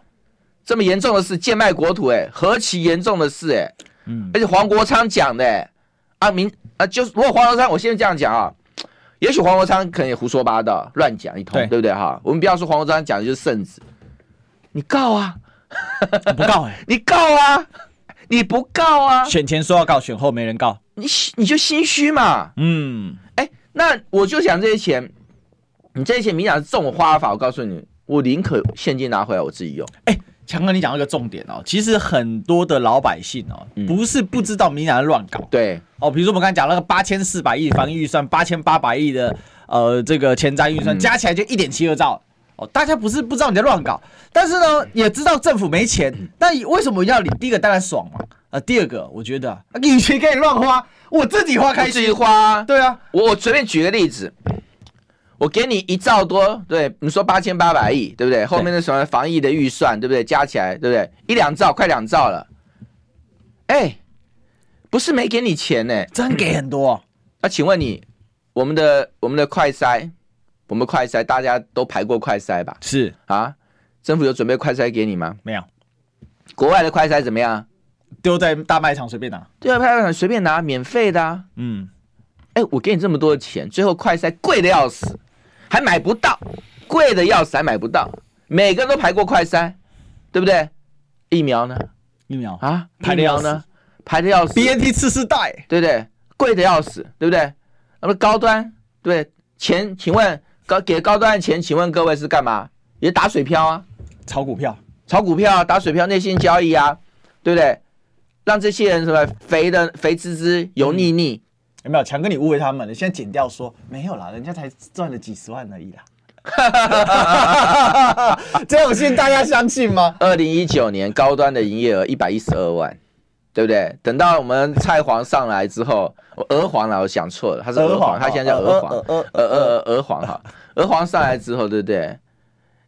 Speaker 2: 这么严重的事，贱卖国土、哎，何其严重的事、哎，
Speaker 1: 嗯
Speaker 2: 而且黄国昌讲的、哎啊民啊，就是如果黄国昌，我现在这样讲啊，也许黄国昌可能也胡说八道，乱讲一通，
Speaker 1: 对
Speaker 2: 对不对哈？我们不要说黄国昌讲的就是圣旨，你告啊，
Speaker 1: 不告哎、
Speaker 2: 你告啊，你不告啊，
Speaker 1: 选前说要告，选后没人告，
Speaker 2: 你你就心虚嘛，
Speaker 1: 嗯，
Speaker 2: 哎，那我就想这些钱，你这些钱明讲是种花法，我告诉你，我宁可现金拿回来我自己用，
Speaker 1: 哎、强哥你讲到一个重点哦，其实很多的老百姓哦，
Speaker 2: 嗯
Speaker 1: 不是不知道民进党在乱搞，
Speaker 2: 对
Speaker 1: 哦，比如说我们刚才讲那个八千四百亿防疫预算，八千八百亿的呃这个前瞻预算，
Speaker 2: 嗯
Speaker 1: 加起来就一点七二兆。哦，大家不是不知道你在乱搞，但是
Speaker 2: 嗯
Speaker 1: 呢，也知道政府没钱，但为什么要领？第一个当然爽嘛，呃，第二个我觉得啊你钱可以乱花，我自己花开
Speaker 2: 自
Speaker 1: 心。
Speaker 2: 己花啊、
Speaker 1: 对啊，
Speaker 2: 我我随便举个例子，我给你一兆多，对，你说八千八百亿，对不对？后面的什么防疫的预算，对不对？加起来，对不对？一两兆，快两兆了。哎，不是没给你钱呢、
Speaker 1: 真给很多、哦，
Speaker 2: 那请问你，我们的我们的快筛，我们快筛大家都排过快筛吧？
Speaker 1: 是
Speaker 2: 啊，政府有准备快筛给你吗？
Speaker 1: 没有
Speaker 2: 国外的快筛怎么样？
Speaker 1: 丢在大卖场随便拿。
Speaker 2: 对啊，派场随便拿，免费的啊。
Speaker 1: 嗯，
Speaker 2: 哎，我给你这么多钱，最后快筛贵的要死，还买不到，贵的要死还买不到，每个人都排过快筛，对不对？疫苗呢？
Speaker 1: 疫苗
Speaker 2: 啊，
Speaker 1: 排得
Speaker 2: 疫苗
Speaker 1: 要死
Speaker 2: 呢？排的要死，对
Speaker 1: ，BNT 次世代
Speaker 2: 不对？贵的要死，对不对？那么高端，对不对钱，请问高给高端的钱，请问各位是干嘛？也打水漂啊，
Speaker 1: 炒股票，
Speaker 2: 炒股票啊，打水漂，内线交易啊，对不对？让这些人什么肥的肥滋滋、油腻腻，
Speaker 1: 有没有？强哥你误会他们了，现在剪掉说没有啦，人家才赚了几十万而已 啦。 这种信大家相信吗？
Speaker 2: 二零一九年高端的营业额一百一十二万，对不对？等到我们菜黄上来之后，我鹅黄了，我想错了，他是鹅黄，他现在叫鹅黄，鹅
Speaker 1: 呃
Speaker 2: 鹅鹅鹅黄 哈，鹅黄上来之后，对不对？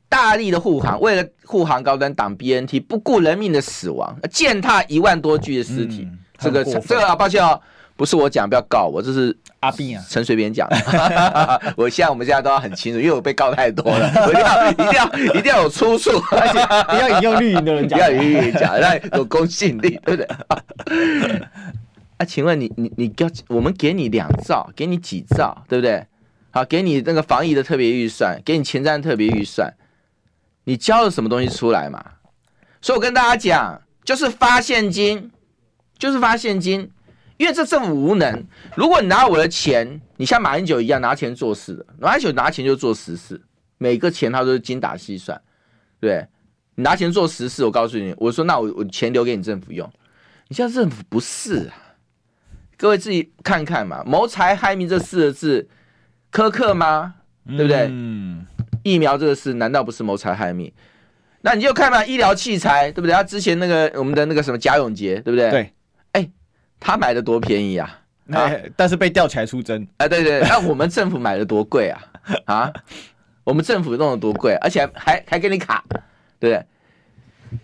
Speaker 2: 大力的护航，为了护航高端党 BNT，不顾人命的死亡，践踏一万多具的尸体，
Speaker 1: 嗯
Speaker 2: 这个
Speaker 1: 很过分
Speaker 2: 这个啊，抱歉哦，不是我讲，不要告我，这是
Speaker 1: 阿斌啊，
Speaker 2: 陈水 扁讲的，我现在我们现在都要很清楚，因为我被告太多了，我一定要一定要一定要有出 处，而且
Speaker 1: 不要引用绿营的人
Speaker 2: 不
Speaker 1: 讲。
Speaker 2: 要有语讲，那有公信力，对不对？ 啊，请问你你你要我们给你两兆，给你几兆，对不对？好，给你那个防疫的特别预算，给你前瞻特别预算，你交了什么东西出来嘛？所以我跟大家讲，就是发现金，就是发现金，因为这政府无能。如果你拿我的钱，你像马英九一样拿钱做事的，马英九拿钱就做实事，每个钱他都是精打细算，对不对。你拿钱做实事，我告诉你，我说那我我钱留给你政府用，你现在政府不是啊，各位自己看看嘛，谋财害命这四个字苛刻吗？对不对？
Speaker 1: 嗯，
Speaker 2: 疫苗这个事难道不是谋财害命？那你就看嘛，医疗器材对不对？他之前那个我们的那个什么贾永杰对不对？，
Speaker 1: 对。
Speaker 2: 他买的多便宜啊！啊
Speaker 1: 那但是被吊起来出征，
Speaker 2: 啊，对对，那我们政府买的多贵啊！啊，我们政府弄的多贵，而且还还还给你卡，对不对？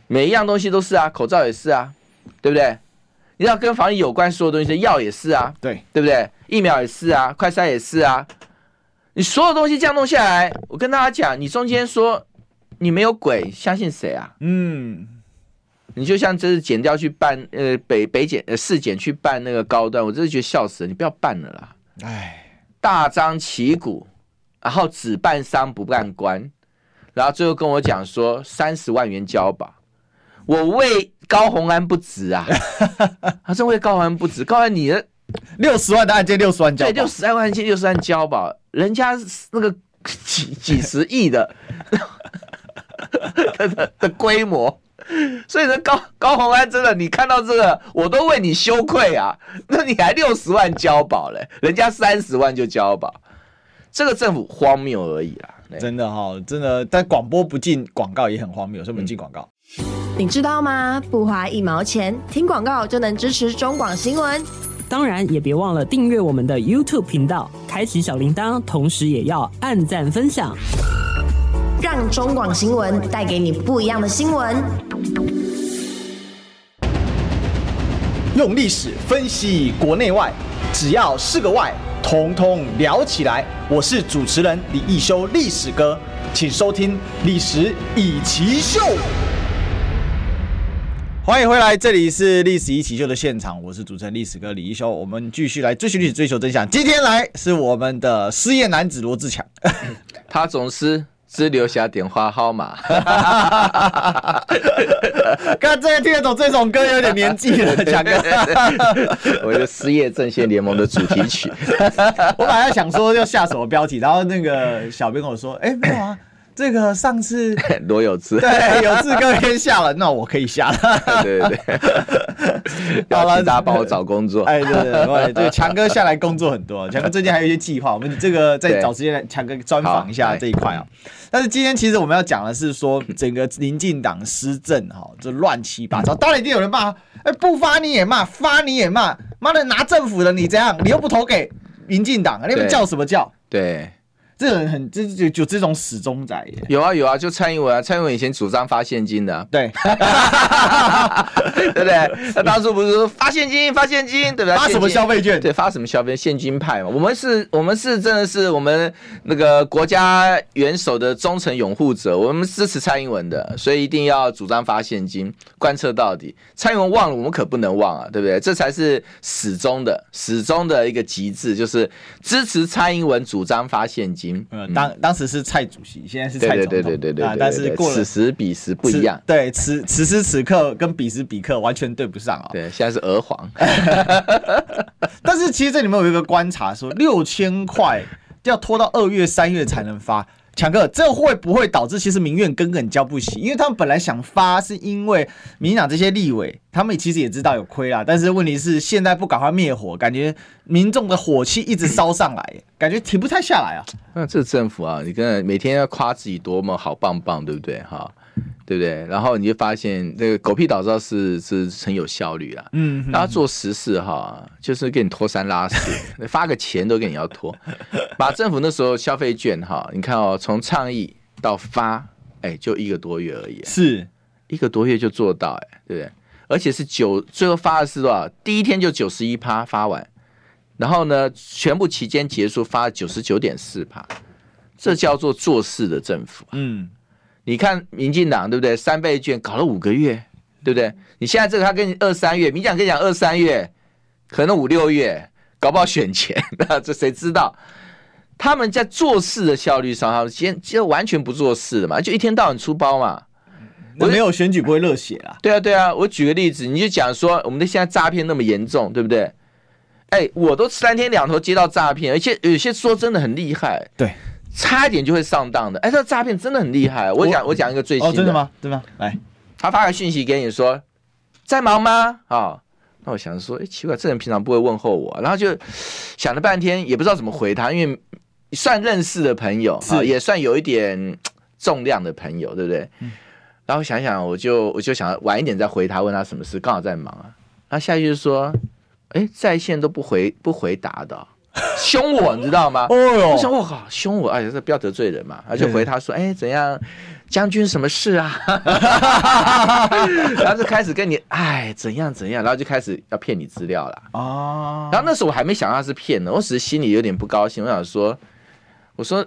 Speaker 2: 每一样东西都是啊，口罩也是啊，对不对？你要跟防疫有关所有东西，药也是啊，
Speaker 1: 对，
Speaker 2: 对不对？疫苗也是啊，快筛也是啊，你所有东西这样弄下来，我跟大家讲，你中间说你没有鬼，相信谁啊？
Speaker 1: 嗯，
Speaker 2: 你就像这次减掉去办呃北北检呃市检去办那个高端，我真的觉得笑死了，你不要办了啦。
Speaker 1: 哎，
Speaker 2: 大张旗鼓，然后只办商不办官，然后最后跟我讲说三十万元交保，我为高红安不值啊，他真为高红安不值。高红安你的
Speaker 1: 六十万的案件六十万交，
Speaker 2: 对六十万案件就算交保，人家是那个几 几十亿的 的的的规模。所以呢，高高红安真的，你看到这个，我都为你羞愧啊！那你还六十万交保嘞，人家三十万就交保，这个政府荒谬而已啦。对
Speaker 1: 真的哈、真的，但广播不进广告也很荒谬，所以我们进广告。
Speaker 3: 你知道吗？不花一毛钱，听广告就能支持中广新闻。
Speaker 4: 当然也别忘了订阅我们的 YouTube 频道，开启小铃铛，同时也要按赞分享。
Speaker 3: 让中广新闻带给你不一样的新闻。
Speaker 5: 用历史分析国内外，只要是个“外”，统统聊起来。我是主持人李一修，历史哥，请收听《历史以奇秀》。
Speaker 1: 欢迎回来，这里是历史一起秀的现场，我是主持人历史哥李一修，我们继续来追寻历史，追求真相。今天来是我们的失业男子罗志强，
Speaker 2: 他总是只留下电话号码。
Speaker 1: 刚真的听得懂这首歌，有点年纪了，强哥。
Speaker 2: 我的失业阵线联盟的主题曲，
Speaker 1: 我本来想说要下什么标题，然后那个小编跟我说，哎、没有啊，这个上次，
Speaker 2: 罗有志
Speaker 1: 对有志哥先下了，那我可以下了。
Speaker 2: 对对对，
Speaker 1: 好了
Speaker 2: 要请大家帮我找工作。
Speaker 1: 哎，对对对，对，强哥下来工作很多，强哥最近还有一些计划，我们这个再
Speaker 2: 对
Speaker 1: 找时间来强哥专访一下
Speaker 2: 好
Speaker 1: 这一块啊。但是今天其实我们要讲的是说，整个民进党施政哈，这乱七八糟，当然一定有人骂，哎，不发你也骂，发你也骂，妈的拿政府的你怎样，你又不投给民进党，你们
Speaker 2: 对
Speaker 1: 叫什么叫？
Speaker 2: 对，
Speaker 1: 这种人很这就就这种死忠仔耶。
Speaker 2: 有啊有啊，就蔡英文啊，蔡英文以前主张发现金的啊、
Speaker 1: 对，
Speaker 2: 对不对？他当初不是说发现金发现金，对不对？
Speaker 1: 发什么
Speaker 2: 现金
Speaker 1: 消费券？
Speaker 2: 对，发什么消费现金派嘛？我们是，我们是真的是我们那个国家元首的忠诚拥护者，我们支持蔡英文的，所以一定要主张发现金，贯彻到底。蔡英文忘了，我们可不能忘啊，对不对？这才是始终的、始终的一个极致，就是支持蔡英文主张发现金。嗯
Speaker 1: 呃，当当时是蔡主席，现在是
Speaker 2: 对
Speaker 1: 蔡总
Speaker 2: 对对
Speaker 1: 统，
Speaker 2: 对对对对
Speaker 1: 啊，但是
Speaker 2: 对
Speaker 1: 过了
Speaker 2: 此时彼时不一样
Speaker 1: 此。对，此此时此刻跟彼时彼刻完全对不上啊、
Speaker 2: 对，现在是俄皇，
Speaker 1: 但是其实这里面有一个观察说，六千块要拖到二月、三月才能发。强哥，这会不会导致其实民怨根本交不起？因为他们本来想发，是因为民进党这些立委，他们其实也知道有亏啦。但是问题是，现在不赶快灭火，感觉民众的火气一直烧上来，感觉停不太下来啊。
Speaker 2: 那这政府啊，你跟人每天要夸自己多么好棒棒，对不对？哈，对不对？然后你就发现这个狗屁倒灶是是很有效率啊。
Speaker 1: 嗯，
Speaker 2: 然后做实事哈，就是给你拖三拉四， 发个钱都给你要拖。把政府那时候消费券哈，你看哦，从倡议到发，哎，就一个多月而已，
Speaker 1: 是
Speaker 2: 一个多月就做到，哎，对不对？而且是九，最后发的是多少？第一天就九十一趴发完，然后呢，全部期间结束发九十九点四趴，这叫做做事的政府。啊
Speaker 1: 嗯，
Speaker 2: 你看民进党对不对？三倍券搞了五个月，对不对？你现在这个他跟你二三月，民进党跟你讲二三月，可能五六月，搞不好选前， 那这谁知道？他们在做事的效率上，他们先就完全不做事的嘛，就一天到晚出包嘛。
Speaker 1: 我没有选举不会热血啦。
Speaker 2: 对啊，对啊，我举个例子，你就讲说我们的现在诈骗那么严重，对不对？哎，我都三天两头接到诈骗，而且有些说真的很厉害，
Speaker 1: 对，
Speaker 2: 差一点就会上当的。哎，这诈骗真的很厉害。我讲我讲一个最新
Speaker 1: 哦，真的？吗？真的吗？来，
Speaker 2: 他发个讯息给你说在忙吗？啊、那我想说，哎，奇怪，这人平常不会问候我，然后就想了半天，也不知道怎么回他，因为算认识的朋友，
Speaker 1: 是
Speaker 2: 啊，也算有一点嘖重量的朋友，对不对？然后想想，我就我就想晚一点再回他，问他什么事，刚好在忙啊。然后下去就说，哎，在线都不回不回答的哦、凶我，你知 道吗？
Speaker 1: 哦
Speaker 2: 我想
Speaker 1: 哟，
Speaker 2: 我靠，凶我！哎呀，这不要得罪人嘛。他就
Speaker 1: 对
Speaker 2: 回他说：“哎，怎样？将军什么事啊？” 然后就开始跟你哎怎样怎样，然后就开始要骗你资料了。
Speaker 1: 啊，
Speaker 2: 然后那时候我还没想到他是骗的，我只是心里有点不高兴。我想说，我说，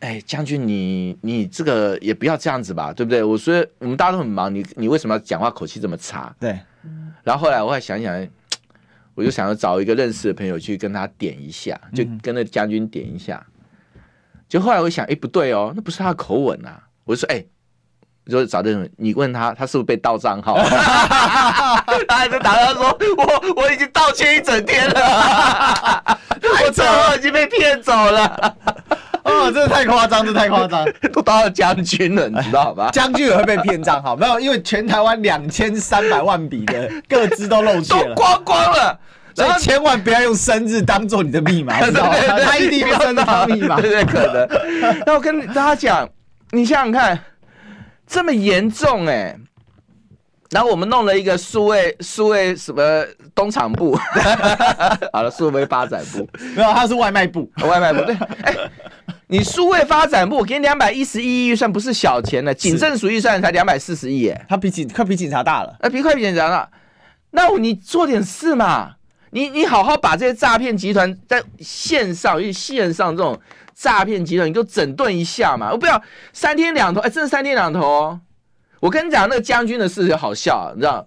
Speaker 2: 哎，将军你你这个也不要这样子吧，对不对？我说我们大家都很忙，你你为什么要讲话口气这么差？
Speaker 1: 对，
Speaker 2: 然后后来我还想一想，我就想要找一个认识的朋友去跟他点一下，
Speaker 1: 嗯
Speaker 2: 就跟那将军点一下。就后来我想，哎，不对哦，那不是他的口吻啊。我就说，哎，就是找这种人，你问他，他是不是被盗 账号？他还在打他说，我我已经盗窃一整天了，我账号已经被骗走了，
Speaker 1: 哦，这太夸张，这太夸张。
Speaker 2: 都当了将军了，你知道 吧？
Speaker 1: 将军也会被骗账号，没有，因为全台湾两千三百万笔的各自都露
Speaker 2: 都
Speaker 1: 馅了，
Speaker 2: 光光了，
Speaker 1: 所
Speaker 2: 然后
Speaker 1: 以千万不要用生日当做你的密 码，知道吗？
Speaker 2: 对对对
Speaker 1: 他一定用生日当密码
Speaker 2: 对。对，可能。那我跟大家讲，你想想看，这么严重哎、然后我们弄了一个数位数位什么东厂部， 好了，数位发展部，
Speaker 1: 没有，他是外卖部，
Speaker 2: 外卖部对，哎、你数位发展部，我给你两百一十亿预算，不是小钱了，警政署预算才两百四十亿，哎，
Speaker 1: 他比警快比警察大了。
Speaker 2: 呃那别快点讲了，那你做点事嘛，你你好好把这些诈骗集团在线上，因为线上这种诈骗集团，你就整顿一下嘛，我不要三天两头，哎，真的三天两头、哦，我跟你讲那个将军的事情好笑、啊，你知道，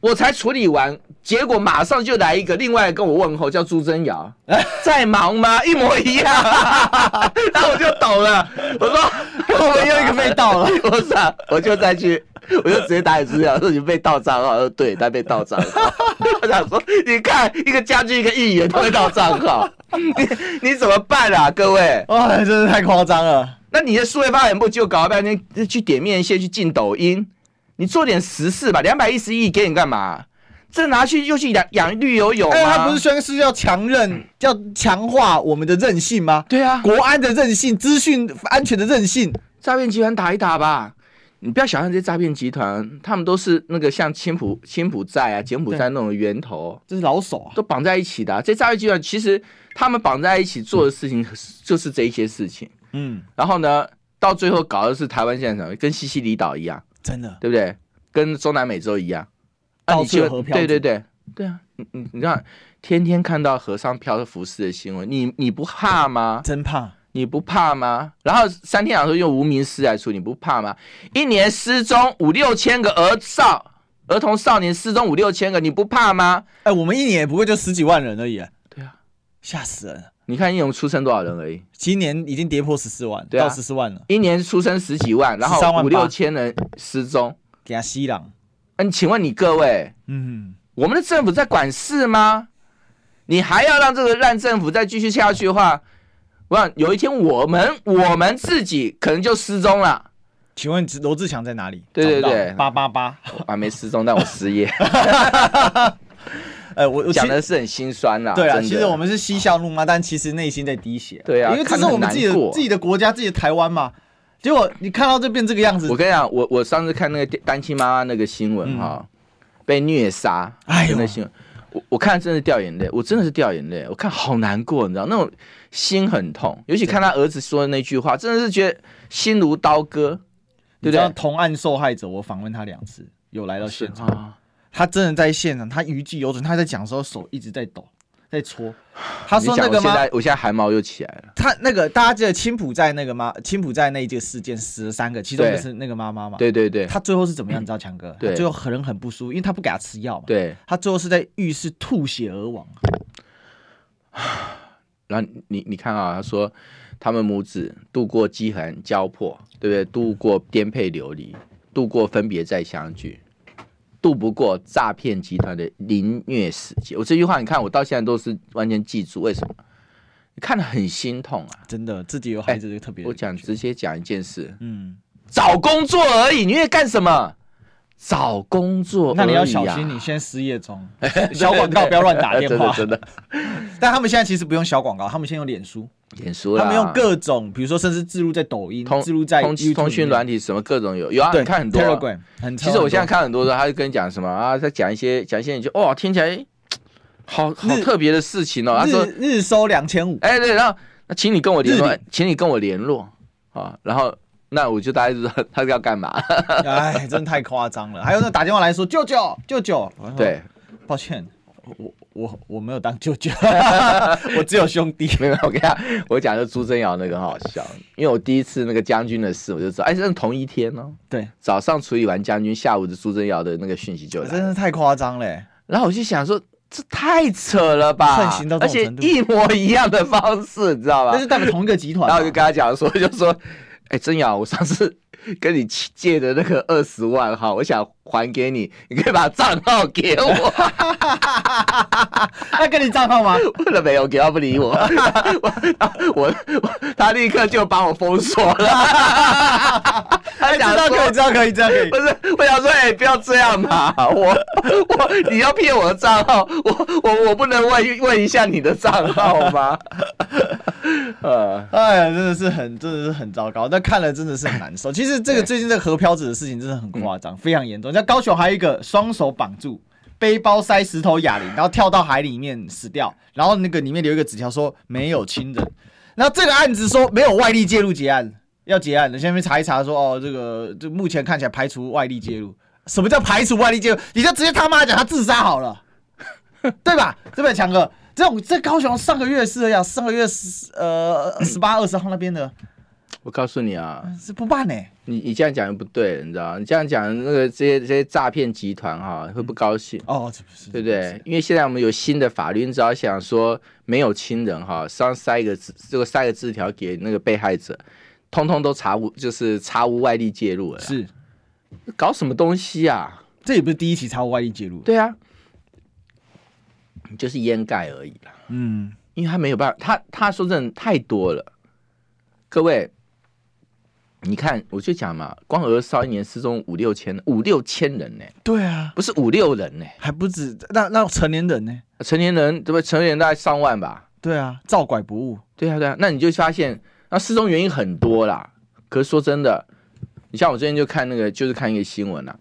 Speaker 2: 我才处理完，结果马上就来一个另外跟我问候，叫朱真瑶，在忙吗？一模一样， 然后我就懂了，我说我们又一个被盗了， 我操，我就再去，我就直接打你资料说你被盗账号，他说对，他被盗账号， 我想说你看一个将军一个议员都会盗账号， 你你怎么办啊，各位？
Speaker 1: 哇，哦真是太夸张了。
Speaker 2: 那你的数位发展部就搞了半天去点面线，去进抖音，你做点实事吧。两百一十亿给你干嘛？这拿去又去养养绿油油吗？
Speaker 1: 哎，他不是宣誓要强韧，要强化我们的韧性吗？
Speaker 2: 对啊
Speaker 1: 国安的韧性，资讯安全的韧性。
Speaker 2: 诈骗集团打一打吧。你不要小看这些诈骗集团，他们都是那个像柬埔柬埔寨啊、柬埔寨那种源头，
Speaker 1: 这是老手啊！
Speaker 2: 都绑在一起的啊、这诈骗集团其实他们绑在一起做的事情就是这一些事情，
Speaker 1: 嗯，
Speaker 2: 然后呢，到最后搞的是台湾现场，跟西西里岛一样。
Speaker 1: 真的。
Speaker 2: 对不对？跟中南美洲一样，啊
Speaker 1: 到
Speaker 2: 你
Speaker 1: 处有
Speaker 2: 就
Speaker 1: 和漂
Speaker 2: 对对
Speaker 1: 族
Speaker 2: 对对啊，你你你看，天天看到和尚漂浮式的新闻，你你不怕吗？
Speaker 1: 真怕，
Speaker 2: 你不怕吗？然后三天两头用无名尸来处理，你不怕吗？一年失踪五六千个儿少儿童少年失踪五六千个，你不怕吗？
Speaker 1: 哎、我们一年也不过就十几万人而已，
Speaker 2: 对啊，
Speaker 1: 吓死人了！
Speaker 2: 你看一年出生多少人而已，
Speaker 1: 今年已经跌破十四万，
Speaker 2: 对啊
Speaker 1: 到十四万了，
Speaker 2: 一年出生十几万，然后
Speaker 1: 13万
Speaker 2: 五
Speaker 1: 八
Speaker 2: 六千人失踪。
Speaker 1: 给他吸狼。
Speaker 2: 嗯，请问你各位，
Speaker 1: 嗯，
Speaker 2: 我们的政府在管事吗？你还要让这个烂政府再继续下去的话，我想有一天我们我们自己可能就失踪了。
Speaker 1: 请问罗志强在哪里？
Speaker 2: 对对对
Speaker 1: 八八八。
Speaker 2: 我还啊没失踪，但我失业，
Speaker 1: 呃， 我我其
Speaker 2: 讲
Speaker 1: 实
Speaker 2: 的是很心酸啦。
Speaker 1: 对啊，
Speaker 2: 真的
Speaker 1: 其实我们是嬉笑怒骂，但其实内心在滴血。
Speaker 2: 对啊
Speaker 1: 因为这是我们自己
Speaker 2: 看得很难
Speaker 1: 的
Speaker 2: 过
Speaker 1: 自己的国家，自己的台湾嘛。结果你看到这变这个样子
Speaker 2: 我，跟你讲，我我上次看那个电单亲妈妈那个新闻哈、被虐杀，
Speaker 1: 嗯哎呦
Speaker 2: 那新闻，我我看真的掉眼泪，我真的是掉眼泪，我看好难过，你知道那种心很痛，尤其看他儿子说的那句话，真的是觉得心如刀割，
Speaker 1: 你
Speaker 2: 对不
Speaker 1: 知道
Speaker 2: 对？
Speaker 1: 同案受害者，我访问他两次，有来到现场，
Speaker 2: 啊。
Speaker 1: 他真的在现场，他余悸犹存，他在讲的时候手一直在抖，在搓。他
Speaker 2: 你
Speaker 1: 说
Speaker 2: 讲
Speaker 1: 那个
Speaker 2: 我现
Speaker 1: 吗？
Speaker 2: 在我现在汗毛又起来了。
Speaker 1: 他那个大家记得青浦在那个吗？青浦在那一个事件死了三个，其中一个
Speaker 2: 对
Speaker 1: 是那个妈妈嘛。，
Speaker 2: 对对对，
Speaker 1: 他最后是怎么样？你知道强哥？
Speaker 2: 对
Speaker 1: 他最后很人很不舒服，因为他不给他吃药嘛。，
Speaker 2: 对，
Speaker 1: 他最后是在浴室吐血而亡。啊
Speaker 2: 然后你你看啊，他说他们母子度过饥寒交迫，对不对？度过颠沛流离，度过分别再相聚，度不过诈骗集团的凌虐死劫。我这句话，你看我到现在都是完全记住，为什么？你看得很心痛啊！
Speaker 1: 真的，自己有孩子就特别。
Speaker 2: 哎我讲直接讲一件事，
Speaker 1: 嗯，
Speaker 2: 找工作而已，你愿意干什么？找工作而已啊、。
Speaker 1: 那你要小心，你现在失业中，小广告不要乱打电话
Speaker 2: 真的真的，
Speaker 1: 但他们现在其实不用小广告，他们现在用脸书，
Speaker 2: 脸书啦
Speaker 1: 他们用各种，比如说甚至置入在抖音
Speaker 2: 啊通、
Speaker 1: 置入在
Speaker 2: 通
Speaker 1: YouTube
Speaker 2: 通讯
Speaker 1: 里面
Speaker 2: 软体什么各种有有啊，
Speaker 1: 对，
Speaker 2: 你看很多啊、
Speaker 1: Telegram，很
Speaker 2: 其实我现在看很多的，他就跟你讲什么啊，他讲一些讲一些，你就哇，听起来哎好好
Speaker 1: 日
Speaker 2: 特别的事情哦。他说
Speaker 1: 日，日收两千 五，
Speaker 2: 哎、对，然后那请你跟我联
Speaker 1: 日
Speaker 2: 络
Speaker 1: 历，
Speaker 2: 请你跟我联络啊，然后那我就大概知道 他要干嘛。
Speaker 1: 哎，真的太夸张了。还有那打电话来说舅舅舅舅，我说
Speaker 2: 对，
Speaker 1: 抱歉，我我我没有当舅 舅，我只有兄弟。
Speaker 2: 没有，我跟他我讲的朱真瑶那个很好笑，因为我第一次那个将军的事，我就知道，哎，是同一天哦。
Speaker 1: 对，
Speaker 2: 早上处理完将军，下午的朱真瑶的那个讯息就来了
Speaker 1: 真。的太夸张了、
Speaker 2: 然后我就想说，这太扯了吧，
Speaker 1: 盛行到这
Speaker 2: 而
Speaker 1: 种
Speaker 2: 且
Speaker 1: 程度
Speaker 2: 一模一样的方式，你知道吧
Speaker 1: 啊但？是代表同一个集团嘛。
Speaker 2: 然后我就跟他讲说，就说，哎，真雅，我上次跟你借的那个二十万哈，我想还给你，你可以把账号给我。
Speaker 1: 他哎跟你账号吗？
Speaker 2: 问了没有，给他不理我，我我我他立刻就把我封锁了。他
Speaker 1: 哎知
Speaker 2: 想
Speaker 1: 道可以，
Speaker 2: 说
Speaker 1: 知道可以，知道可以
Speaker 2: 不。是，我想说，哎、不要这样嘛！我我，你要骗我的账号，我我我不能问问一下你的账号吗？呃，
Speaker 1: 哎呀，真的是很，真的是很糟糕，但看了真的是很难受。其实这个
Speaker 2: 对
Speaker 1: 最近这个河漂子的事情真的很夸张，非常严重。像高雄还有一个双手绑住，背包塞石头哑铃，然后跳到海里面死掉，然后那个里面留一个纸条说没有亲人。然后这个案子说没有外力介入结案，要结案了。下面查一查说哦，这个这目前看起来排除外力介入。什么叫排除外力介入？ 你就直接他妈讲他自杀好了。对吧？对不对，强哥？这种在高雄上个月是呀，上个月十呃十八二十号那边的
Speaker 2: 我告诉你啊，
Speaker 1: 是不办呢、
Speaker 2: 你你这样讲又不对了，你知道吗？你这样讲，那个这些这些诈骗集团哈、会不高兴。
Speaker 1: 哦，这不是
Speaker 2: 对不对？因为现在我们有新的法律，你只要想说没有亲人哈，身上塞一个字，这个塞个字条给那个被害者，通通都查无，就是查无外力介入了啦。
Speaker 1: 是，
Speaker 2: 搞什么东西啊？
Speaker 1: 这也不是第一起超外力介入。
Speaker 2: 对啊，就是掩盖而已啦。
Speaker 1: 嗯，
Speaker 2: 因为他没有办法，他他说真的太多了。各位，你看，我就讲嘛，光儿少一年失踪五六千，五六千人呢、
Speaker 1: 对啊，
Speaker 2: 不是五六人呢、
Speaker 1: 还不止那那成年人呢、
Speaker 2: 成年人对不对？成年人大概上万吧。
Speaker 1: 对啊，照拐不误。
Speaker 2: 对啊，对啊，那你就发现，那失踪原因很多啦。可是说真的，你像我最近就看那个，就是看一个新闻啊，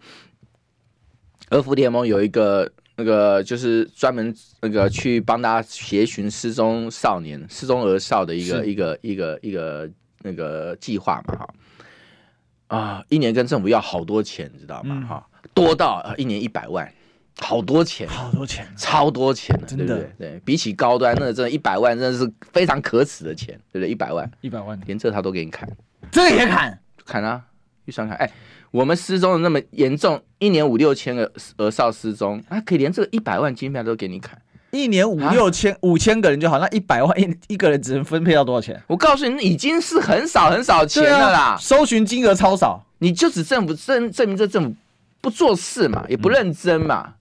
Speaker 2: 俄服联盟有一个那个就是专门那个去帮大家协寻失踪少年、失踪儿少的一个
Speaker 1: 是
Speaker 2: 一个一个一个那个计划嘛，哈。啊，一年跟政府要好多钱，你知道吗？哈、多到呃一年一百万，好多钱，啊
Speaker 1: 好多钱
Speaker 2: 超多钱的，
Speaker 1: 真
Speaker 2: 对不
Speaker 1: 的
Speaker 2: 对？对，比起高端，那个真的一百万真的是非常可耻的钱，对不对？一百万，
Speaker 1: 一百万，
Speaker 2: 连这他都给你砍，
Speaker 1: 这个也砍，
Speaker 2: 砍啊，预算砍。哎，我们失踪的那么严重，一年五六千个儿少失踪，啊，可以连这个一百万金票都给你砍。
Speaker 1: 一年五
Speaker 2: 啊
Speaker 1: 六千五千个人就好，那一百万一一个人只能分配到多少钱？
Speaker 2: 我告诉你，已经是很少很少钱
Speaker 1: 对啊
Speaker 2: 了啦，
Speaker 1: 搜寻金额超少。
Speaker 2: 你就指政府证证明这政府不做事嘛，也不认真嘛，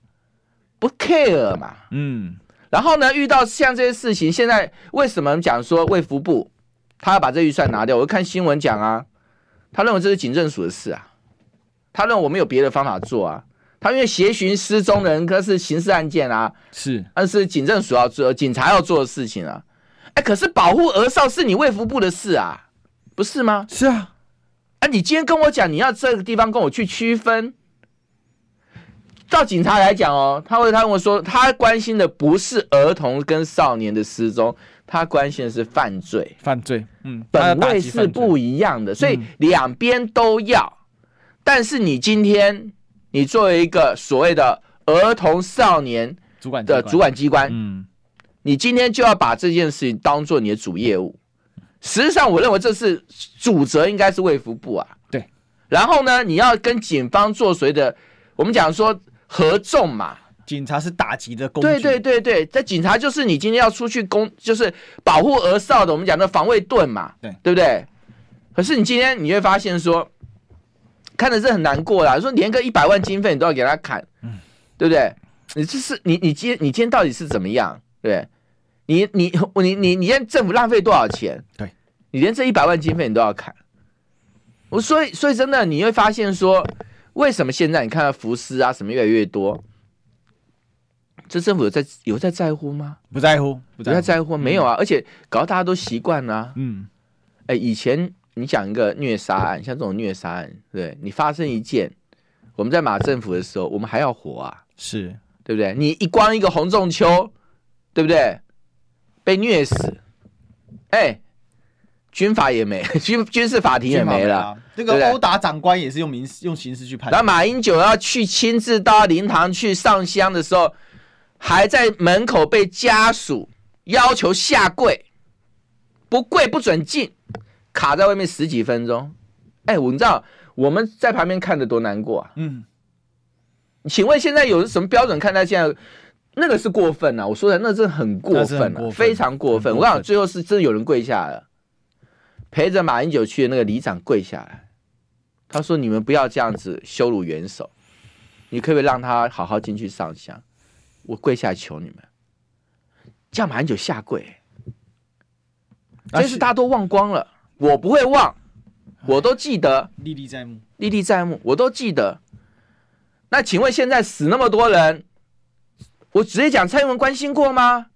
Speaker 2: 不 care 嘛。
Speaker 1: 嗯，
Speaker 2: 然后呢，遇到像这些事情，现在为什么讲说卫福部他要把这预算拿掉？我就看新闻讲啊，他认为这是警政署的事啊，他认为我们有别的方法做啊。他因为协寻失踪的人，可是刑事案件啊，
Speaker 1: 是
Speaker 2: 那是警政署要做、警察要做的事情啊。哎，可是保护儿少是你卫福部的事啊，不是吗？
Speaker 1: 是啊，
Speaker 2: 啊，你今天跟我讲你要这个地方跟我去区分，照警察来讲哦，他会他跟我说，他关心的不是儿童跟少年的失踪，他关心的是犯罪，
Speaker 1: 犯罪。嗯，他要
Speaker 2: 本
Speaker 1: 打
Speaker 2: 位
Speaker 1: 击犯罪
Speaker 2: 是不一样的，所以两边都要。但是你今天你作为一个所谓的儿童少年
Speaker 1: 主管
Speaker 2: 的
Speaker 1: 机
Speaker 2: 主，管机关，
Speaker 1: 嗯。
Speaker 2: 你今天就要把这件事情当做你的主业务。实际上，我认为这是主责应该是卫福部啊。
Speaker 1: 对。
Speaker 2: 然后呢，你要跟警方做所谓的，我们讲说合纵嘛。
Speaker 1: 警察是打击的工具，
Speaker 2: 对对对对，这警察就是你今天要出去攻，就是保护儿少的，我们讲的防卫盾嘛。
Speaker 1: 对
Speaker 2: 对不对？可是你今天你会发现说，看的是很难过啦，说连个一百万经费你都要给他砍，
Speaker 1: 嗯
Speaker 2: 对不对？你这是你你今天你今天到底是怎么样？对不对，你你我你你你让政府浪费多少钱？
Speaker 1: 对，
Speaker 2: 你连这一百万经费你都要砍。我所以所以真的你会发现说，为什么现在你看到浮尸啊什么越来越多？这政府有在有在在乎吗？
Speaker 1: 不在乎，不
Speaker 2: 有
Speaker 1: 在乎，
Speaker 2: 在在乎吗没有啊？而且搞到大家都习惯了、啊。
Speaker 1: 嗯，
Speaker 2: 哎，以前你讲一个虐杀案，像这种虐杀案，对你发生一件，我们在马政府的时候，我们还要活啊，
Speaker 1: 是
Speaker 2: 对不对？你一光一个洪仲秋，对不对？被虐死，哎，军法也没， 军军事法庭也没了。。啊
Speaker 1: 这
Speaker 2: 对不
Speaker 1: 个
Speaker 2: 对
Speaker 1: 殴打长官也是用民用刑事去判
Speaker 2: 然，后马英九要去亲自到灵堂去上香的时候，还在门口被家属要求下跪，不跪不准进，卡在外面十几分钟。哎，我你知道我们在旁边看的多难过啊！
Speaker 1: 嗯，
Speaker 2: 请问现在有什么标准看待现在？那个是过分啊！我说的那真的很过
Speaker 1: 那是
Speaker 2: 分
Speaker 1: 很
Speaker 2: 啊，
Speaker 1: 过分
Speaker 2: 非常过分。
Speaker 1: 很过分
Speaker 2: 我跟你讲，最后是真的有人跪下了，陪着马英九去的那个里长跪下来，他说你们不要这样子羞辱元首，你可不可以让他好好进去上香？我跪下求你们。将马英九下跪，
Speaker 1: 啊
Speaker 2: 真是大家都忘光了，我不会忘，我都记得，
Speaker 1: 历历在目。
Speaker 2: 历历在目，我都记得。那请问现在死那么多人，我直接讲蔡英文关心过吗？